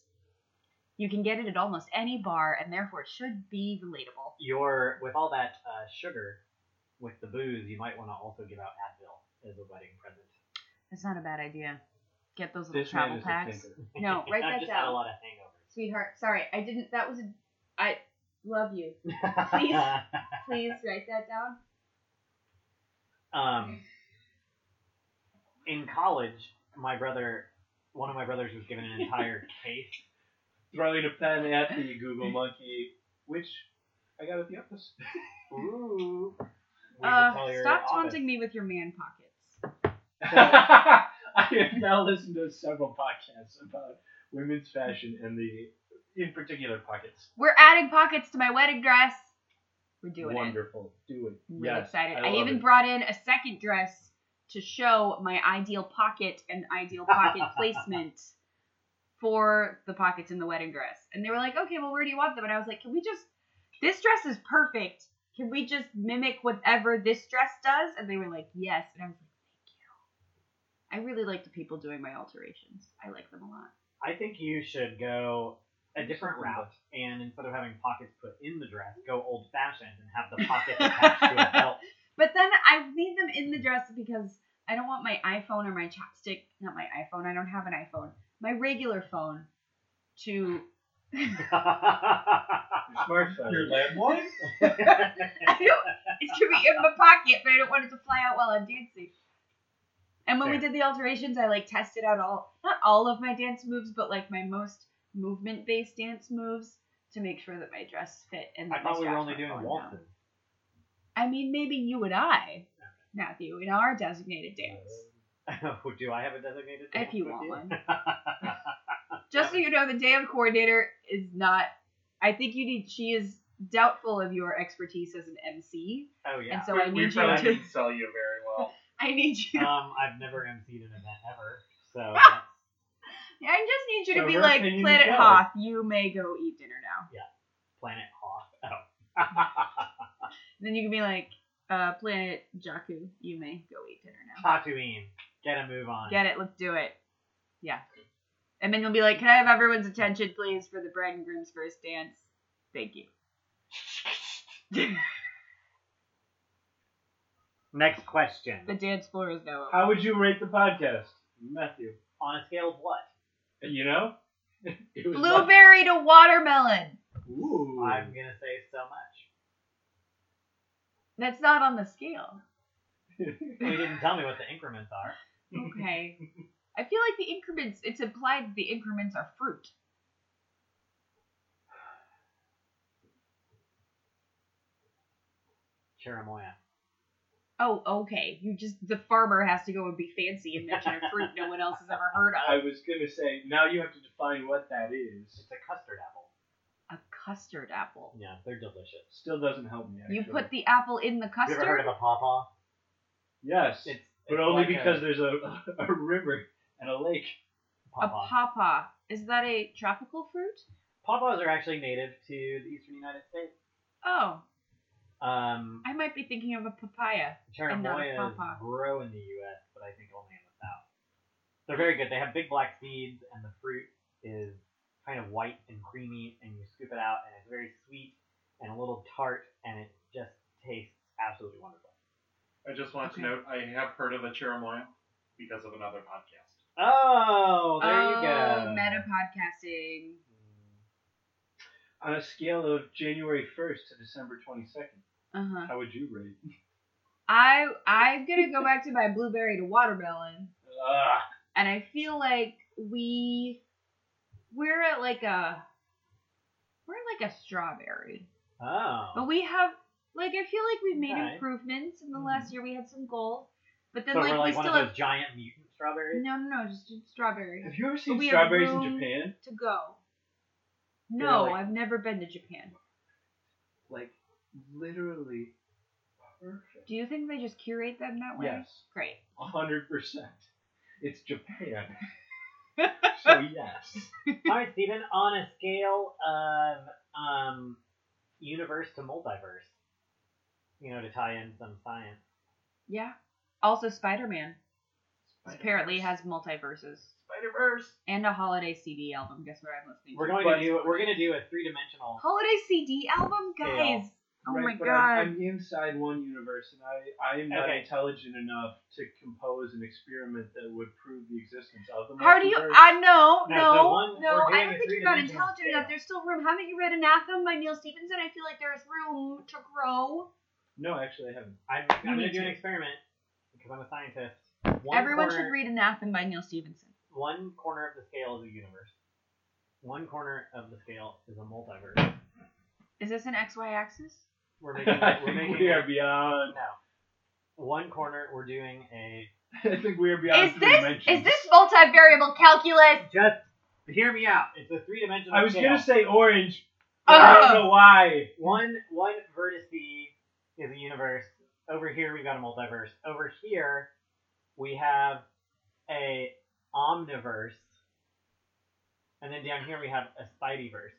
B: You can get it at almost any bar, and therefore it should be relatable.
A: Your with all that uh, sugar with the booze, you might want to also give out Advil as a wedding present.
B: That's not a bad idea. Get those little
E: This man
B: travel
E: is a
B: packs.
E: thinker.
B: No, write
A: I've
B: that
A: just had a
B: down.
A: lot of hangovers.
B: Sweetheart, sorry, I didn't. That was. A, I love you. Please write that down.
A: um, in college, my brother, one of my brothers was given an entire case.
E: Throwing a pen at the Google monkey, which I got at the office.
A: Ooh. We can
B: Uh,
A: tell your
B: stop
A: office.
B: taunting me with your man pockets.
E: I have now listened to several podcasts about women's fashion and the, in particular, pockets.
B: We're adding pockets to my wedding dress. We're doing it.
E: Wonderful. Do it.
B: I'm really
E: yes,
B: excited. I,
E: love
B: even
E: it.
B: brought in a second dress to show my ideal pocket and ideal pocket placement for the pockets in the wedding dress. And they were like, okay, well, where do you want them? And I was like, can we just, this dress is perfect. Can we just mimic whatever this dress does? And they were like, yes. And I was like, thank you. I really like the people doing my alterations. I like them a lot.
A: I think you should go a different route, and instead of having pockets put in the dress, go old fashioned and have the pockets attached to a belt.
B: But then I need them in the dress because I don't want my iPhone or my chapstick, not my iPhone, I don't have an iPhone, my regular phone to.
E: Your smartphone.
C: Your landlord?
B: I don't, it should be in my pocket, but I don't want it to fly out while I'm dancing. And when we
A: Fair.
B: did the alterations, I like tested out all, not all of my dance moves, but like my most movement based dance moves to make sure that my dress fit. And
A: I
B: that my
A: thought we were
B: straps
A: only
B: weren't
A: doing
B: falling down.
A: waltzes.
B: I mean, maybe you and I, Matthew, in our designated dance.
A: Oh, do I have a designated?
B: If
A: dance
B: you
A: with
B: want one. Just so you know, the damn coordinator is not. I think you need. She is doubtful of your expertise as an MC,
A: oh yeah.
B: and so
C: we,
B: I
C: we
B: need you
C: probably
B: to.
C: didn't sell you very well.
B: I need you.
A: um, I've never emceed an event ever, so
B: I just need you to
E: So
B: be
E: her
B: like
E: opinion is
B: Planet
E: valid.
B: Hoth. You may go eat dinner now.
A: Planet Hoth.
B: And then you can be like uh, Planet Jakku. You may go eat dinner
A: Oh,
B: now.
A: Tatooine, get a move on.
B: Get it? Let's do it. Yeah. And then you'll be like, "Can I have everyone's attention, please, for the bride and groom's first dance? Thank you."
A: Next question.
B: The dance floor is now open.
E: How would you rate the podcast, Matthew?
A: on a scale of what?
E: You know, it was like-
B: Blueberry to watermelon.
E: Ooh.
A: I'm gonna say so much.
B: That's not on the scale.
A: Well, you didn't tell me what the increments are.
B: Okay. I feel like the increments, it's implied the increments are fruit.
A: Cherimoya.
B: Oh, okay. You just the farmer has to go and be fancy and mention a fruit no one else has ever heard
E: I
B: of.
E: was gonna say now you have to define what that is.
A: It's a custard apple.
B: A custard apple.
A: Yeah, they're delicious.
E: Still doesn't help me. Actually.
B: You put the apple in the
A: Have you ever heard
B: custard.
A: of a pawpaw?
E: yes,
A: It's,
E: but
A: it's
E: only
A: like a
E: because there's a a river and a lake.
B: A
A: pawpaw.
B: papa. Is that a tropical fruit?
A: Pawpaws are actually native to the eastern United States.
B: Oh,
A: Um,
B: I might be thinking of a papaya. I'm not a
A: Cherimoyas
B: pawpaw.
A: grow in the U.S., but I think only in the South. They're very good. They have big black seeds, and the fruit is kind of white and creamy, and you scoop it out, and it's very sweet and a little tart, and it just tastes absolutely wonderful.
C: I just want
B: Okay.
C: to note I have heard of a cherimoya because of another podcast.
A: Oh, there
B: oh,
A: you go.
B: meta podcasting.
E: On a scale of January 1st to December 22nd,
B: Uh huh.
E: how would you rate?
B: I I'm gonna go back to my blueberry to watermelon,
E: Ah,
B: and I feel like we we're at like a we're like a strawberry.
A: Oh.
B: But we have, like, I feel like we've made
A: Okay.
B: improvements in the
A: Mhm.
B: last year. We had some gold, but then
A: so
B: like
A: we're
B: we
A: like one
B: still
A: of those
B: have
A: giant mutant strawberries.
B: no, no, no, just a strawberry
E: have you ever seen
B: we have
E: strawberries in
B: room-
E: Japan?
B: to go. No,
E: like-
B: I've never been to Japan.
E: Like literally perfect.
B: Do you think they just curate them that way?
E: Yes,
B: Great.
E: a hundred percent. It's Japan, so yes.
B: Mhm.
A: All right, Stephen. On a scale of um, universe to multiverse, you know, to tie in some science.
B: Yeah. Also, Spider Man
C: Spider-Verse.
B: apparently has multiverses
C: Spider Verse.
B: and a holiday CD album. Guess what I'm listening to?
A: We're going
E: But-
A: to do we're going to do a three dimensional.
B: Holiday CD album,
A: Yeah.
B: guys. Oh
E: right,
B: my
E: but
B: god.
E: I'm, I'm inside one universe, and I I am not
A: Okay.
E: intelligent enough to compose an experiment that would prove the existence of the
B: How do you?
E: multiverse.
B: I no,
A: No,
B: no,
A: so one-
B: no. I don't
A: we're doing a
B: think you're not
A: three-dimensional
B: intelligent
A: scale.
B: enough. There's still room. Haven't you read Anathema by Neil Stephenson? I feel like there's room to grow.
E: No, actually, I haven't.
A: I'm,
B: You
A: I'm going
B: need
A: to do an
B: to.
A: experiment because I'm a scientist. One
B: Everyone
A: corner,
B: should read Anathema by Neil Stephenson.
A: One corner of the scale is a universe. One corner of the scale is a multiverse.
B: Is this an XY axis?
A: We're making
E: I
A: it, we're
E: think
A: making
E: we
A: it-
E: are beyond.
A: no. One corner we're doing a
E: I think we are beyond
B: Is
E: three
B: this
E: dimensions.
B: is this multivariable calculus?
A: just hear me out. It's a three dimensional.
E: I was
A: scale.
E: gonna say orange. but I
B: Ugh.
E: don't know why.
A: one one vertice is a universe. Over here we've got a multiverse. Over here we have a omniverse. And then down here we have a Spideyverse.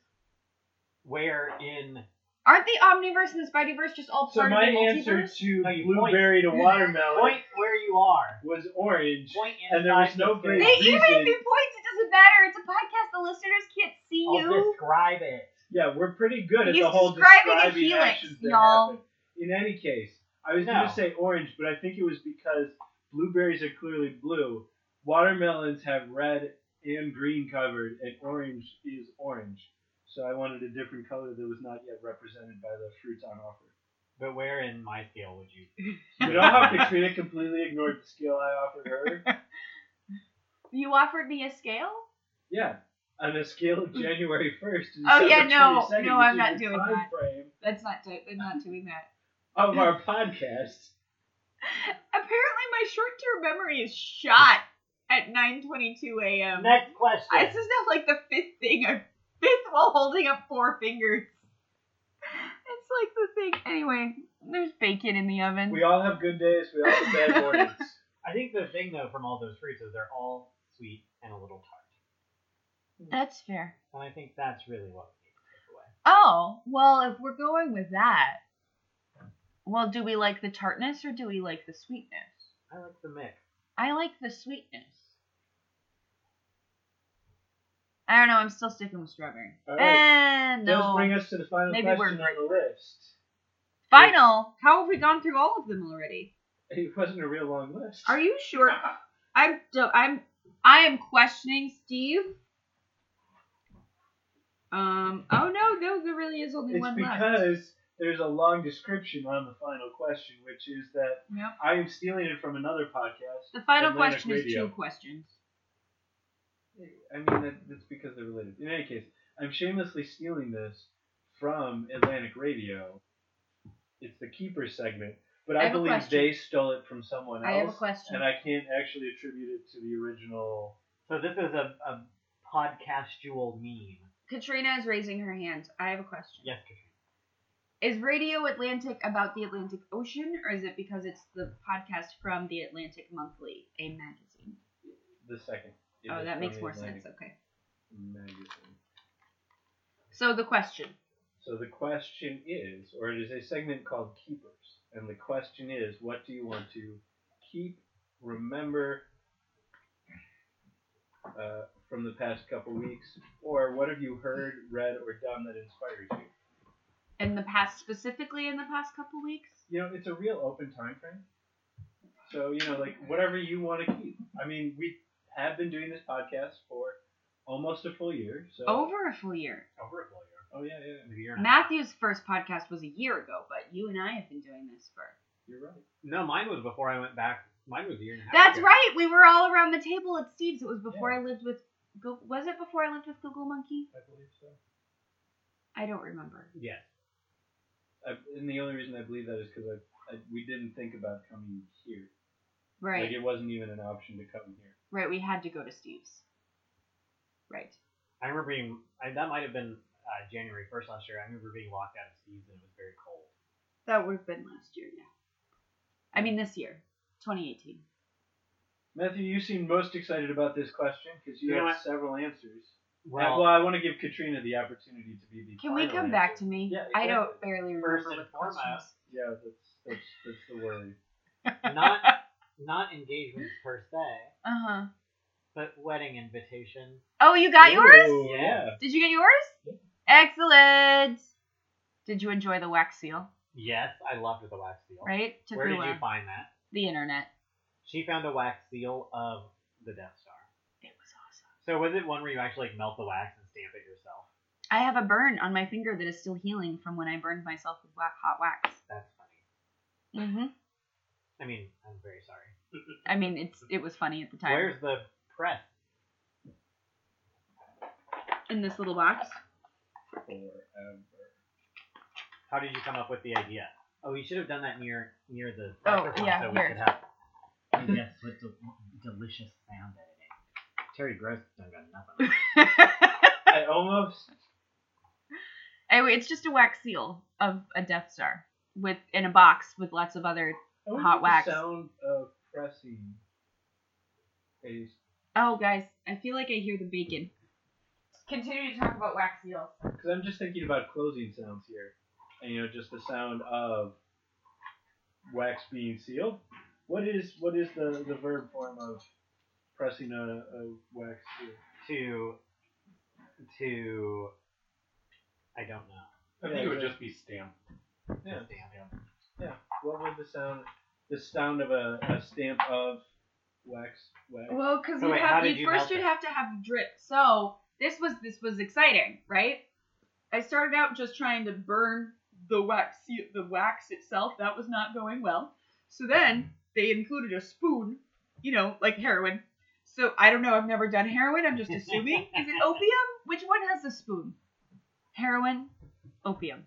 A: Where in
B: Aren't the Omniverse and the Spideyverse just all
E: So
B: part
E: my
B: of the
E: answer
B: multiverse?
E: to
A: No, you
E: blueberry to watermelon
A: point where you are.
E: was orange.
A: Point
E: And there was
A: inside the
E: no
A: scale.
E: great-
B: They, even if you points, it doesn't matter. It's a podcast. The listeners can't see
A: I'll
B: you.
A: describe it.
E: Yeah, we're pretty good at
B: He's
E: the whole
B: describing a
E: describing
B: helix,
E: actions that
B: y'all.
E: happen. In any case, I was
A: No.
E: gonna say orange, but I think it was because blueberries are clearly blue. Watermelons have red and green covered, and orange is orange. So I wanted a different color that was not yet represented by the fruits on offer.
A: But where in my scale would you
E: You know how Katrina completely ignored the skill I offered her?
B: You offered me a scale.
E: Yeah. On a scale of January 1st to
B: Oh,
E: December
B: yeah, no,
E: 22nd,
B: no,
E: which
B: I'm
E: is
B: not
E: the
B: doing
E: time
B: that.
E: frame
B: That's not. Do- I'm not doing that.
E: of our podcast.
B: Apparently, my short-term memory is shot at 9:22 a.m.
A: Next question.
B: I- This is now like the fifth thing. I fifth while holding up four fingers. It's like the thing. Anyway, there's bacon in the oven.
E: We all have good days, we all have bad mornings.
A: I think the thing though from all those fruits is they're all sweet and a little tart.
B: That's fair.
A: And I think that's really what we need to take away.
B: Oh well, if we're going with that, well, do we like the tartness or do we like the sweetness?
A: I like the mix.
B: I like the sweetness. I don't know. I'm still sticking with strawberry.
E: All right.
B: And no.
E: Those bring us to the final
B: Maybe we're
E: question on the list.
B: Final. How have we gone through all of them already?
E: It wasn't a real long list.
B: Are you sure? I'm. do- I'm. I am questioning Steve. Um. Oh no. No. There really is only
E: It's
B: one left.
E: because there's a long description on the final question, which is that
B: Yep.
E: I am stealing it from another podcast.
B: The final
E: Atlantic
B: question
E: Radio.
B: is two questions.
E: I mean, that, that's because they're related. In any case, I'm shamelessly stealing this from Atlantic Radio. It's the Keeper segment. But
B: I
E: I,
B: have a
E: believe
B: question.
E: they stole it from someone else.
B: I have a question.
E: And I can't actually attribute it to the original.
A: So this is a, a podcastual meme.
B: Katrina is raising her hand. I have a question.
A: Yes, Katrina.
B: Is Radio Atlantic about the Atlantic Ocean, or is it because it's the podcast from the Atlantic Monthly, a magazine?
E: The second. It
B: oh,
E: is
B: that
E: from
B: makes
E: the
B: more
E: Atlantic
B: sense. Okay.
E: Magazine.
B: So the question.
E: So the question is, or it is a segment called Keepers, and the question is, what do you want to keep, remember uh, from the past couple weeks, or what have you heard, read, or done that inspires you?
B: In the past, specifically in the past couple weeks?
E: You know, it's a real open time frame. So you know, like whatever you want to keep. I mean, we have been doing this podcast for almost a full year. So
B: Over a full year.
A: Over a full year.
E: oh yeah, yeah,
A: Maybe you're not.
B: Matthew's first podcast was a year ago, but you and I have been doing this for.
E: you're right.
A: No, mine was before I went back. Mine was a year and a half.
B: That's
A: ago.
B: right. We were all around the table at Steve's. It was before I lived with. Go- Was it before I lived with Google Monkey?
E: I believe so.
B: I don't remember.
A: Yes.
E: I, and the only reason I believe that is because I, I we didn't think about coming here.
B: Right.
E: Like it wasn't even an option to come here.
B: Right. We had to go to Steve's. Right.
A: I remember being. I, that might have been uh, January first last year. I remember being locked out of Steve's and it was very cold.
B: That would have been last year, yeah. I mean, this year, 2018.
E: Matthew, you seem most excited about this question because you,
A: You know
E: have
A: what?
E: several answers. Well, I,
A: Well,
E: well, I want to give Katrina the opportunity to be the.
B: Can we
E: final
B: come back
E: answer.
B: to me?
E: Yeah,
B: I don't
E: exactly.
B: barely remember
A: First
B: what
A: and
B: the question
A: foremost.
B: was.
E: Yeah, that's that's that's the worry.
A: not not engagements per se,
B: Uh-huh.
A: but wedding invitations.
B: Oh, you got yours?
E: Ooh, Yeah.
B: Did you get yours? Excellent. Did you enjoy the wax seal?
A: Yes, I loved the wax seal.
B: Right?
A: Where did you
B: Tukula.
A: find that?
B: The internet.
A: She found a wax seal of the Death Star.
B: It was awesome.
A: So was it one where you actually like melt the wax and stamp it yourself?
B: I have a burn on my finger that is still healing from when I burned myself with wa- hot wax.
A: That's funny.
B: Mm-hmm.
A: I mean, I'm very sorry.
B: I mean, it's it was funny at the time.
A: Where's the press?
B: In this little box.
E: Forever.
A: How did you come up with the idea? Oh, you should have done that near near the
B: Oh,
A: microphone
B: yeah,
A: so we
B: here.
A: could have. Oh, yes, with del- delicious sound editing. Terry Gross done got nothing.
E: I almost.
B: Anyway, it's just a wax seal of a Death Star with in a box with lots of other.
E: I would
B: Hot
E: get the
B: wax.
E: Sound of pressing. a-
B: Oh, guys, I feel like I hear the bacon. Continue to talk about wax seals.
E: Because I'm just thinking about closing sounds here, and you know, just the sound of wax being sealed. What is what is the, the verb form of pressing a, a wax seal?
A: to to I don't know.
C: I think it would just be stamp.
E: Yeah.
A: Damn.
E: What would the sound the sound of a, a stamp of wax wax?
B: Well, because
A: So
B: you
A: wait, how
B: have
A: did
B: you
A: you
B: first
A: melt
B: you'd
A: it?
B: have to have drip. So this was this was exciting, right? I started out just trying to burn the wax seal, the wax itself. That was not going well. So then they included a spoon, you know, like heroin. So I don't know. I've never done heroin. I'm just assuming. Is it opium? Which one has a spoon? Heroin, opium.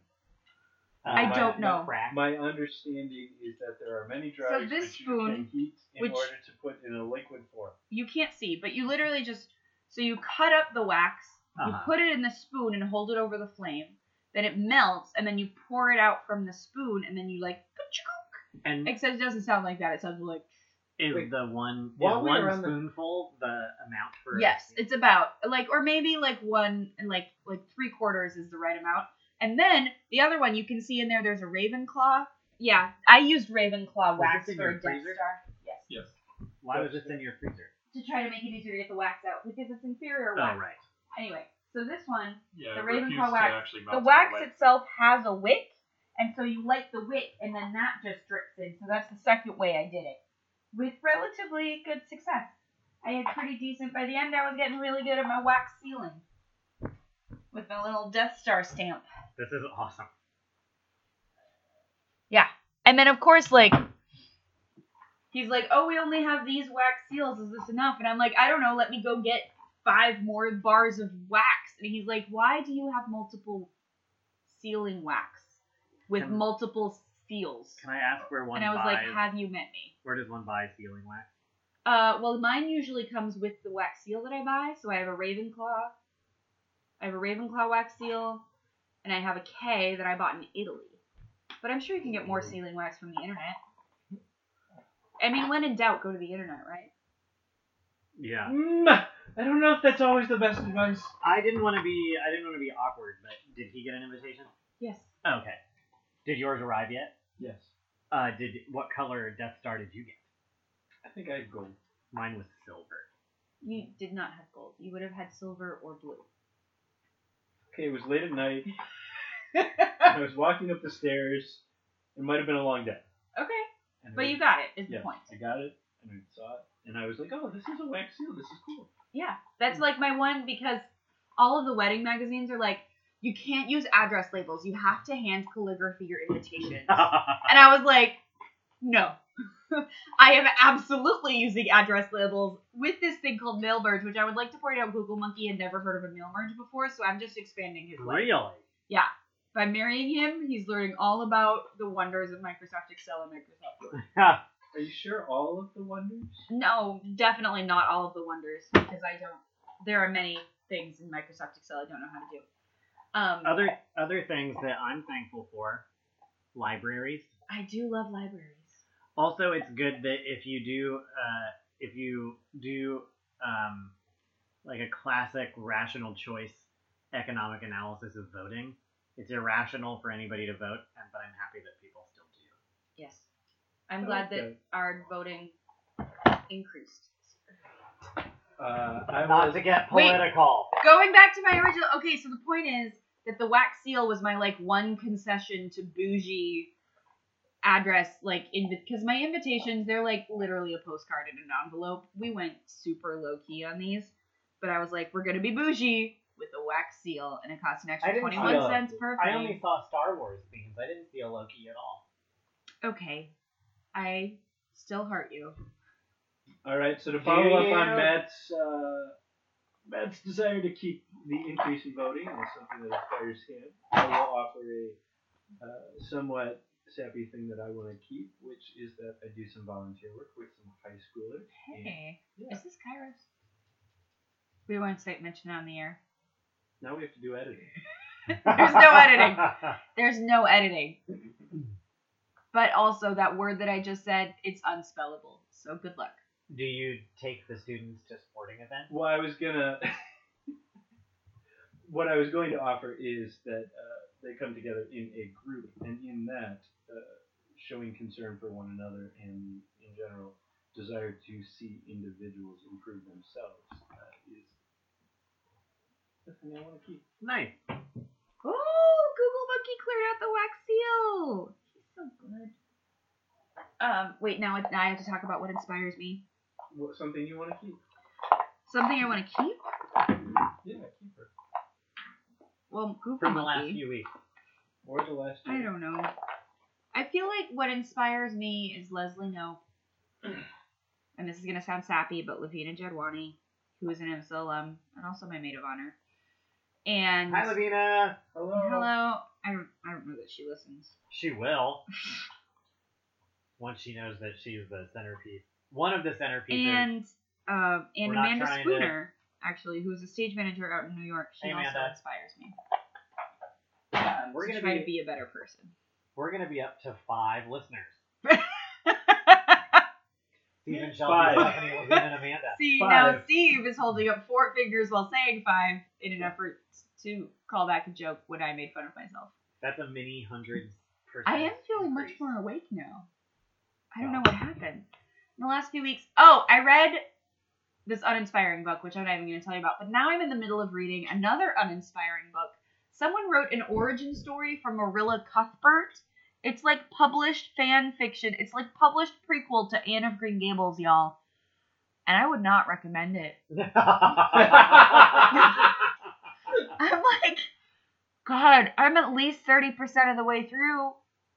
B: I
A: Uh,
B: don't know.
A: crack.
E: My understanding is that there are many drugs
B: this
E: which
B: spoon,
E: you can heat in
B: which-
E: order to put in a liquid form.
B: you can't see, but you literally just so you cut up the wax, you
A: Uh-huh.
B: put it in the spoon and hold it over the flame. Then it melts, and then you pour it out from the spoon, and then you like.
A: And
B: Except it doesn't sound like that. It sounds like
A: is
E: wait.
A: the one is
E: While we were
A: one
E: on the-
A: spoonful the amount for
B: yes, it's about like or maybe like one and like like three quarters is the right amount, and then the other one you can see in there. There's a Ravenclaw. Yeah, I used Ravenclaw
A: Was
B: wax
A: this in
B: for
A: your
B: a Death
A: freezer?
B: Star. Yes,
C: Yes.
A: why was this in your freezer?
B: to try to make it easier to get the wax out because it's inferior
A: Oh
B: wax.
A: right.
B: Anyway, so this one
C: Yeah.
B: The Ravenclaw
C: it refused to
B: wax.
C: actually
B: the
C: melt
B: wax
C: away.
B: itself has a wick, and so you light the wick, and then that just drips in. So that's the second way I did it, with relatively good success. I had pretty decent by the end. I was getting really good at my wax sealing with my little Death Star stamp.
A: This is awesome.
B: And then of course, like he's like, "Oh, we only have these wax seals. Is this enough?" And I'm like, "I don't know. Let me go get five more bars of wax." And he's like, "Why do you have multiple sealing wax with
A: Can-
B: multiple seals.
A: Can I ask where one
B: And I was
A: buys?
B: like, "Have you met me?"
A: where does one buy sealing wax?
B: Uh, well, mine usually comes with the wax seal that I buy. So I have a Ravenclaw. I have a Ravenclaw wax seal, and I have a K that I bought in Italy. But I'm sure you can get more sealing wax from the internet. I mean, when in doubt, go to the internet, right?
A: Yeah.
E: Mm, I don't know if that's always the best advice.
A: I didn't want to be. I didn't want to be awkward. But did he get an invitation?
B: Yes.
A: Okay. Did yours arrive yet?
E: Yes.
A: Uh, did what color Death Star did you get?
E: I think I go.
A: Mine was silver.
B: You did not have gold. You would have had silver or blue.
E: Okay, it was late at night. I was walking up the stairs. It might have been a long day.
B: Okay,
E: And
B: but
E: I-
B: you got it. Is
E: yeah,
B: the point?
E: I got it and I saw it and I was like, oh, this is a wax seal. This is cool.
B: Yeah, that's like my one because all of the wedding magazines are like, you can't use address labels. You have to hand calligraphy your invitations. And I was like, no. I am absolutely using address labels with this thing called mail merge, which I would like to point out Google Monkey had never heard of a mail merge before, so I'm just expanding his life.
A: really?
B: By marrying him, he's learning all about the wonders of Microsoft Excel and Microsoft Word.
E: Are you sure all of the wonders?
B: No, definitely not all of the wonders because I don't. There are many things in Microsoft Excel I don't know how to do. Um,
A: Other other things that I'm thankful for, libraries.
B: I do love libraries.
A: Also, it's good that if you do uh, if you do um, like a classic rational choice economic analysis of voting, it's irrational for anybody to vote, and but I'm happy that people still do.
B: Yes, I'm
E: I
B: glad
E: like
B: that our voting increased.
E: Uh, I
A: Not
E: was.
A: to get
B: Wait.
A: political.
B: Going back to my original. Okay, so the point is that the wax seal was my like one concession to bougie address like in because my invitations they're like literally a postcard in an envelope we went super low key on these but i was like we're gonna be bougie with a wax seal and it costs an
A: I
B: extra
A: didn't
B: 21
E: see a-
B: cents per
A: I
B: thing
A: only saw Star Wars themes. I didn't see a Loki at all.
B: okay i still hurt you
E: All right. So to follow up
A: Yeah.
E: on Matt's uh, Matt's desire to keep the increase in voting as something that inspires him, I will offer a uh, somewhat sappy thing that I want to keep, which is that I do some volunteer work with some high schoolers. and-
B: hey
E: Yeah.
B: is this kairos we won't say mention it on the air
E: Now we have to do editing.
B: There's no editing. There's no editing. But also that word that I just said, it's unspellable. So good luck.
A: Do you take the students to sporting events?
E: Well, I was gonna. what I was going to offer is that uh, they come together in a group, and in that, uh, showing concern for one another and, in general, desire to see individuals improve themselves uh, is the thing I want to keep.
A: Nice.
B: Oh, Google Monkey cleared out the wax seal. He's so good. Um, wait, now I- now I have to talk about what inspires me.
E: What, something you want to keep?
B: Something I want to keep.
E: Yeah, keep her.
B: Well, Google
A: From the last
B: Monkey.
A: few weeks.
E: Or the last.
B: I don't know. I feel like what inspires me is Leslie No.
A: Mm.
B: and this is gonna sound sappy, but Lavina Jadwani, who is an IMSA alum and also my maid of honor. And
A: Hi, Lavina.
E: Hello.
B: Hello. I don't, I don't know that she listens.
A: She will. Once she knows that she's the centerpiece, one of the centerpieces.
B: And um and
A: We're not
B: Amanda
A: trying to-
B: Spooner, actually, who is a stage manager out in New York. She
A: Hey,
B: also
A: Amanda.
B: inspires me.
A: Um, we're
B: to
A: gonna
B: try
A: be
B: to be a better person.
A: we're gonna be up to five listeners. Stephen,
E: Five.
A: Shelby, Stephanie, Lavina, and Amanda.
B: See now
E: Five.
B: Steve is holding up four fingers while saying five in an effort to call back a joke when I made fun of myself.
A: That's a mini hundreds percent.
B: I am feeling much
A: increase.
B: more awake now. I don't know
A: Wow.
B: what happened in the last few weeks. Oh, I read this uninspiring book, which I'm not even going to tell you about. But now I'm in the middle of reading another uninspiring book. Someone wrote an origin story for Marilla Cuthbert. It's like published fan fiction. It's like published prequel to Anne of Green Gables, y'all. And I would not recommend it. I'm like, God, I'm at least 30% of the way through.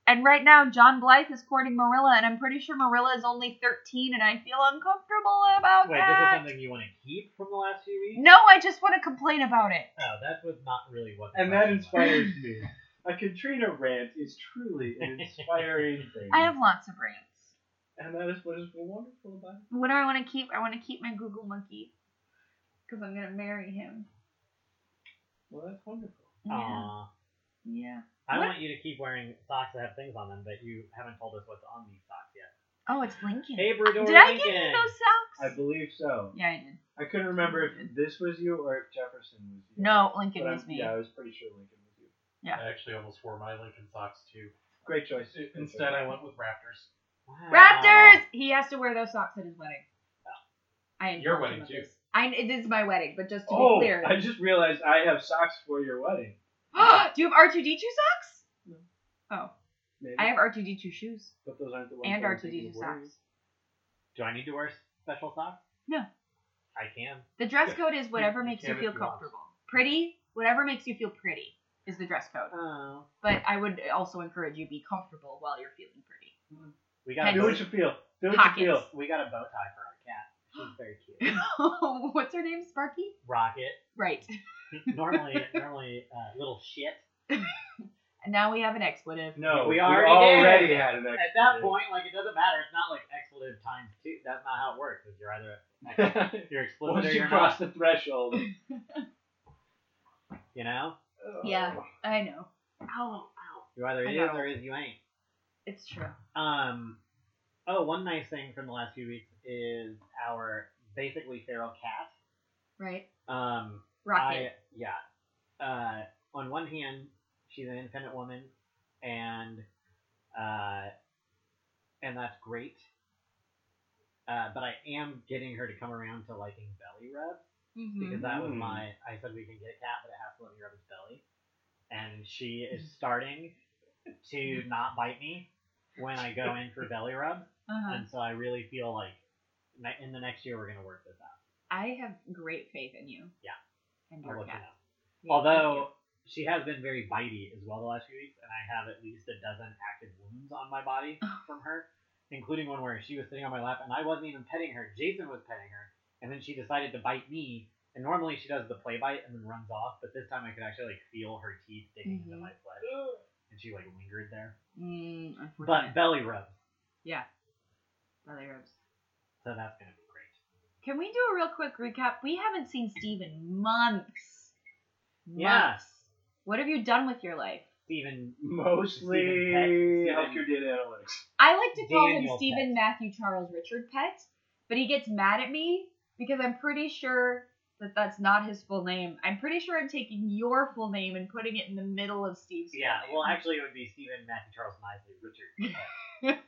B: And right now, John Blythe is courting Marilla, and I'm pretty sure Marilla is only 13, and I feel uncomfortable about
A: Wait, this is
B: that.
A: something you want to keep from the last few weeks?
B: No, I just want to complain about it.
A: Oh, No, that was not really what. the
E: And that
A: question was.
E: inspires me. A Katrina rant is truly an inspiring thing.
B: I have lots of rants.
E: and that is what is wonderful about it.
B: What do I want to keep? I want to keep my Google monkey because I'm gonna marry him.
E: Well, that's wonderful.
B: Yeah.
A: Aw.
B: Yeah.
A: I
B: What?
A: want you to keep wearing socks that have things on them, but you haven't told us what's on these socks yet.
B: Oh, it's Lincoln.
A: Hey, Brador
B: did I
A: Lincoln.
B: give you those
E: I
B: socks?
E: believe so.
B: yeah, I did.
E: I couldn't remember if this was you or if Jefferson was you.
B: No,
E: But
B: Lincoln
E: I'm-
B: was me.
E: Yeah, I was pretty sure Lincoln was you.
B: Yeah.
C: I actually almost wore my Lincoln socks too.
E: Great choice.
C: Instead, I went with Raptors.
A: Wow.
B: Raptors! He has to wear those socks at his wedding. Oh, I am
C: Your
B: talking
C: wedding,
B: about
C: too.
B: this. I, it is my wedding, but just to
E: oh,
B: be clear.
E: I just realized I have socks for your wedding.
B: Do you have R2D2 socks?
E: No.
B: Oh,
E: Maybe.
B: I have R2D2 shoes
E: but those aren't the ones
B: and
E: that I'm
B: R2D2
E: thinking were.
B: socks.
A: Do I need to wear special socks?
B: No.
A: I can.
B: The dress code is whatever
C: you
B: makes you
C: can if
B: feel
C: you want.
B: comfortable. Pretty, whatever makes you feel pretty is the dress code.
A: Oh.
B: But I would also encourage you be comfortable while you're feeling pretty.
A: We got
B: Nice.
A: a
E: Do
A: bow,
E: what you feel. Do what
B: Pockets.
E: you feel.
A: we got a bow tie for our cat. She's very cute.
B: What's her name? Sparky?
A: Rocket.
B: Right.
A: Normally, normally, uh, little shit.
B: And now we have an expletive.
E: No,
A: We
E: we
A: already
E: already,
A: did.
E: had an
A: At that point, like it doesn't matter. It's not like expletive times two. That's not how it works. If you're either
E: point.
A: if you're explicit
E: Once
A: or
E: you
A: you're
E: cross
A: not.
E: the threshold.
A: You know,
B: Yeah. I know. Ow.
A: you either
B: I
A: is
B: know.
A: or is you ain't.
B: It's true.
A: Um, oh, one nice thing from the last few weeks is our basically feral cat.
B: Right?
A: Um,
B: Rocket.
A: I, yeah. Uh, on one hand, she's an independent woman, and uh, and that's great. Uh, but I am getting her to come around to liking belly rubs
B: mm-hmm.
A: because that was
E: Mhm.
A: my. I said we can get a cat, but it has to let me rub its belly, and she is starting to not bite me when I go in for belly rub,
B: Uh-huh.
A: and so I really feel like ne- in the next year we're gonna work this out.
B: I have great faith in you.
A: Yeah.
B: And
A: I'll
B: your
A: let you
B: cat.
A: know.
B: Yeah,
A: Although she has been very bitey as well the last few weeks, and I have at least a dozen active wounds on my body from her, including one where she was sitting on my lap and I wasn't even petting her. Jason was petting her, and then she decided to bite me. And normally she does the play bite and then runs off, but this time I could actually like feel her teeth digging into
B: Mhm.
A: my flesh, and she like lingered there.
B: thank you. Mm,
A: But
B: unfortunate.
A: belly rubs,
B: Belly rubs.
A: so that's gonna be great.
B: Can we do a real quick recap? We haven't seen Steve in months. Months.
A: Yeah.
B: What have you done with your life?
A: Stephen,
E: Mostly
A: Stephen Peck-
E: healthcare data analytics.
B: I like to call him
A: Daniel
B: Stephen
A: Pett.
B: Matthew Charles Richard Pett, but he gets mad at me because I'm pretty sure that that's not his full name. I'm pretty sure I'm taking your full name and putting it in the middle of Steve's. full
A: yeah.
B: name.
A: Well, actually, it would be Stephen Matthew Charles Nicely Richard.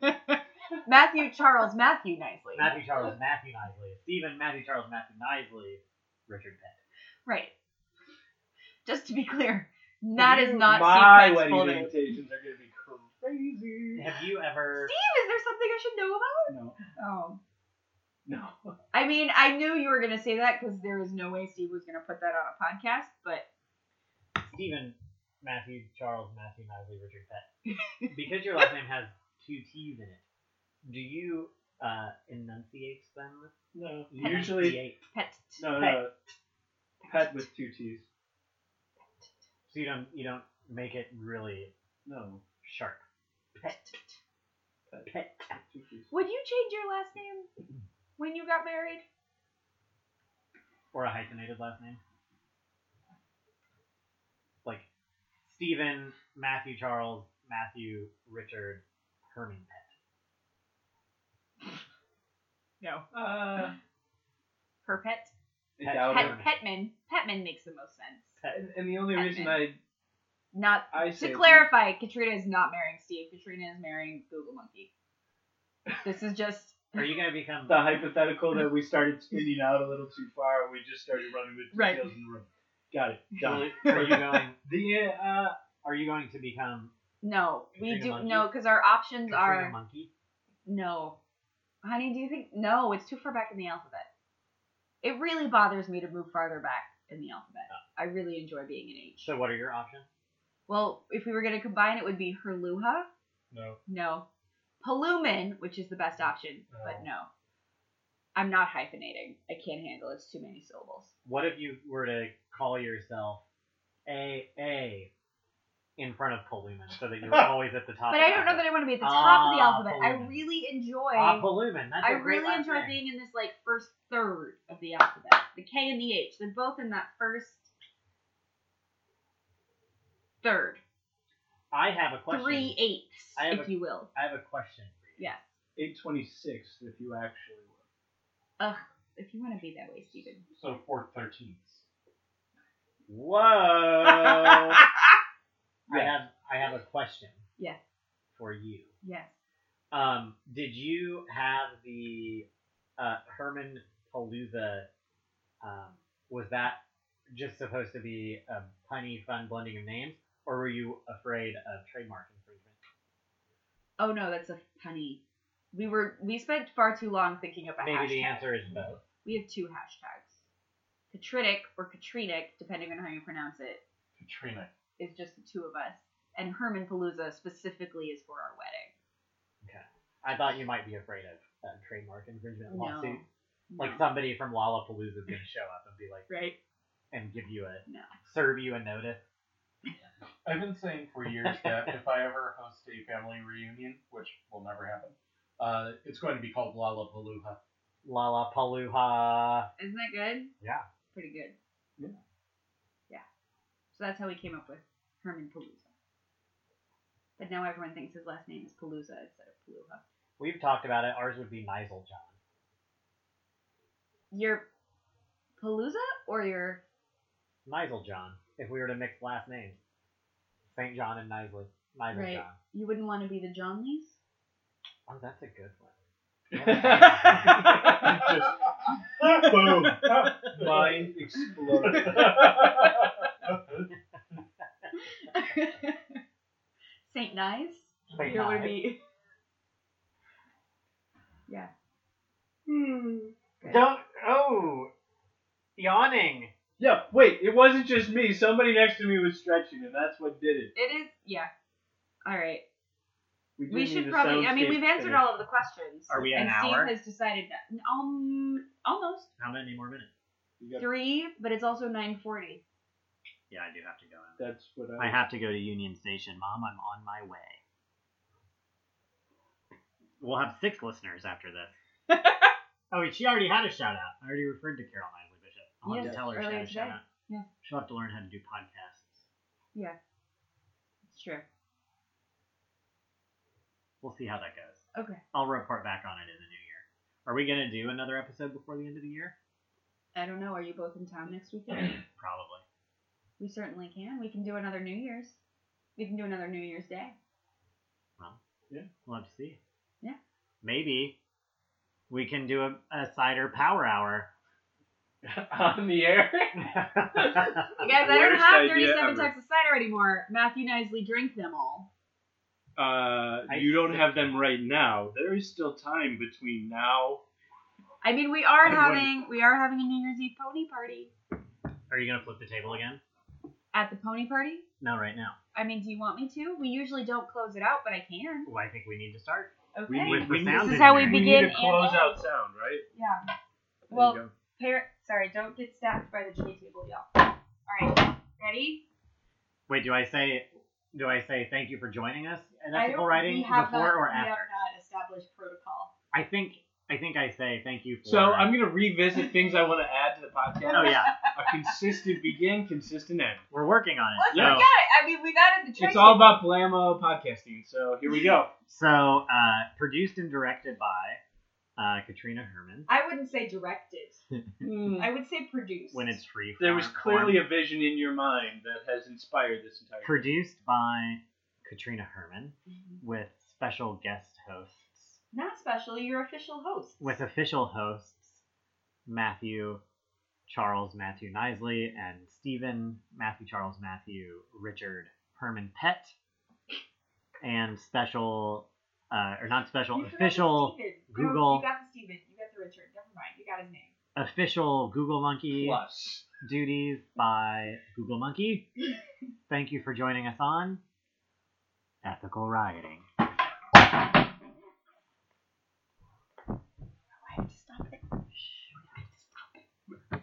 B: Matthew Charles Matthew nicely.
A: Matthew Charles Matthew Nisley. Stephen Matthew Charles Matthew Nisley. Richard Pett.
B: Right. Just to be clear, that is not
E: My
B: Steve Pett's
E: wedding
B: full name.
E: invitations are going to be crazy.
A: Have you ever?
B: Steve, is there something I should know about?
E: No,
B: Oh.
E: no.
B: I mean, I knew you were going to say that because there is no way Steve was going to put that on a podcast, but
A: Stephen Matthew Charles Matthew Nisley Richard Pett. Because your last name has two T's in it, do you uh, enunciate them?
E: No. Usually,
A: Enunciate.
B: pet.
E: no, no. Pet with two T's.
A: So you don't you don't make it really
E: No.
A: sharp. Pet. Pet.
E: Two T's.
B: Would you change your last name when you got married?
A: Or a hyphenated last name. Like Stephen Matthew Charles Matthew Richard Herman Pett.
B: No.
E: Uh,
B: Her pet?
E: I doubt
B: Pet,
E: it.
B: Petman. Petman makes the most sense.
E: And, and the only reason I
B: Not
E: I
B: to
E: say
B: clarify, Katrina is not marrying Steve. Katrina is marrying Google Monkey. This is just
A: Are you gonna become
E: the hypothetical that we started spinning out a little too far, and we just started running with
B: Right.
E: details in the room. Got it. Done.
A: Are you going?
E: The uh,
A: Are you going to become
B: no. We
A: Katrina
B: do
A: Monkey?
B: no because our options
A: Katrina
B: are
A: Monkey?
B: no. Honey, do you think no? It's too far back in the alphabet. It really bothers me to move farther back in the alphabet. I really enjoy being an H.
A: So what are your options?
B: Well, if we were going to combine, it would be Herluha.
C: No.
B: No. Palumin, which is the best option, but no. I'm not hyphenating. I can't handle it. It's too many syllables.
A: What if you were to call yourself A A in front of Palumen so that you're always at the top.
B: But
A: of
B: I don't know that I want to be at the top of the
A: Ah,
B: alphabet. I
A: Palumen.
B: really enjoy.
A: Ah, Palumen. That's
B: I
A: a great
B: really
A: last
B: enjoy
A: name.
B: being in this like first third of the alphabet. The K and the H. They're both in that first third.
A: I have a question.
B: Three eighths,
A: I have
B: if
A: a-
B: you will.
A: I have a question. for you.
B: Yes.
E: 826 if you actually were.
B: Ugh. If you want to be that way, Steven.
C: So fourth thirteenths.
A: Whoa. I have I have a question.
B: Yes.
A: For you.
B: Yes.
A: Um, did you have the uh, Herman Palooza? Um, was that just supposed to be a punny, fun blending of names, or were you afraid of trademark infringement?
B: Oh no, that's a punny. We were we spent far too long thinking of a
A: Maybe
B: hashtag.
A: the answer is both.
B: We have two hashtags. Katritic or Katrinic, depending on how you pronounce it,
C: Katrina.
B: is just the two of us. And Herman Palooza specifically is for our wedding.
A: I thought you might be afraid of uh, trademark infringement
B: No.
A: lawsuit. Like
B: No.
A: somebody from Lollapalooza is gonna show up and be like,
B: right?
A: and give you a
B: No.
A: serve you a notice.
C: I've been saying for years that if I ever host a family reunion, which will never happen, uh, it's going to be called Lollapalooza.
A: Lollapalooza.
B: Isn't that good?
A: Yeah.
B: Pretty good.
E: Yeah.
B: Yeah. So that's how we came up with Herman Palooza. But now everyone thinks his last name is Palooza instead of Palooza.
A: We've talked about it. Ours would be Nizel John.
B: Your Palooza or your
A: Nizel John. If we were to mix last names, Saint John and Nizel, Nizel
B: Right.
A: John.
B: you wouldn't want to be the Johnleys?
A: Oh, that's a good one.
E: Boom. Mine exploded.
B: Saint Nice?
A: Saint
B: It would
A: Nice.
B: be Yeah.
A: Don't. Oh, yawning.
E: Yeah, wait, it wasn't just me. Somebody next to me was stretching, and that's what did it.
B: It is yeah. Alright.
E: do
B: We
E: need
B: should
E: a
B: probably I mean
E: soundscape
B: we've answered
E: finish.
B: all of the questions.
A: Are we at
B: and
A: an
B: Steve
A: hour?
B: has decided um almost
A: How many more minutes?
E: You got-
B: three, but it's also nine forty.
A: Yeah, I do have to go. in.
E: That's what
A: I
E: I.
A: have to go to Union Station, Mom. I'm on my way. We'll have six listeners after this. oh, wait, she already had a shout out. I already referred to Carol Nisley Bishop. I'll have
B: Yes,
A: to tell her she
B: earlier
A: had a shout
B: today.
A: out.
B: Yeah.
A: She'll have to learn how to do podcasts.
B: It's true.
A: We'll see how that goes.
B: Okay.
A: I'll report back on it in the new year. Are we going to do another episode before the end of the year?
B: I don't know. Are you both in town next weekend?
A: Probably.
B: we certainly can. We can do another New Year's. We can do another New Year's Day.
A: We'll have to see.
B: Yeah.
A: Maybe we can do a, a cider power hour.
E: on the air.
B: You guys, I don't
E: Worst
B: have
E: idea
B: 37
E: ever.
B: types of cider anymore. Matthew Nisley drank them all.
E: Uh,
A: I-
E: you don't have them right now. There is still time between now.
B: I mean, we are
E: I wouldn't-
B: having we are having a New Year's Eve pony party
A: Are you going to flip the table again?
B: at the pony party.
A: No, right now.
B: I mean, do you want me to? We usually don't close it out, but I can.
A: Well, I think we need to start.
B: Okay.
A: We need the
E: we-
A: sound
B: This is how we
A: engineering.
E: We
B: begin
E: need to close
B: and-
E: out sound, right?
B: yeah.
E: There you
B: Well,
E: go.
B: par- sorry, don't get stabbed by the jimmy table, y'all. All right, ready?
A: Wait, do I say do I say thank you for joining us at
B: I
A: Ethical
B: don't-
A: Writing
B: we have
A: before
B: not-
A: or
B: We
A: after?
B: have not established protocol.
A: I think I think I say thank you for
E: So I'm gonna revisit things I want to add to the
A: Oh
E: podcast.
A: yeah.
E: A consistent begin, consistent end.
A: We're working on it.
B: Let's
E: Yeah.
B: forget it. I mean, we've added the
E: It's
B: trace
E: all
B: of-
E: about blammo podcasting. So here we go.
A: So uh, produced and directed by uh, Katrina Herman.
B: I wouldn't say directed. I would say produced.
A: When it's free.
E: There was
A: form-
E: clearly a vision in your mind that has inspired this entire.
A: produced by Katrina Herman with special guest hosts,
B: Mm-hmm. not special, your official host.
A: with official hosts Matthew Charles Matthew Nisley and Stephen Matthew Charles Matthew Richard Herman Pett, and special uh, or not special
B: You forgot the
A: official
B: Steven. No,
A: Google-
B: you got the Steven. You got the Richard. Never mind. You got his name. Oh,
A: official Google Monkey
E: Plus,
A: duties by Google Monkey. Thank you for joining us on Ethical Rioting.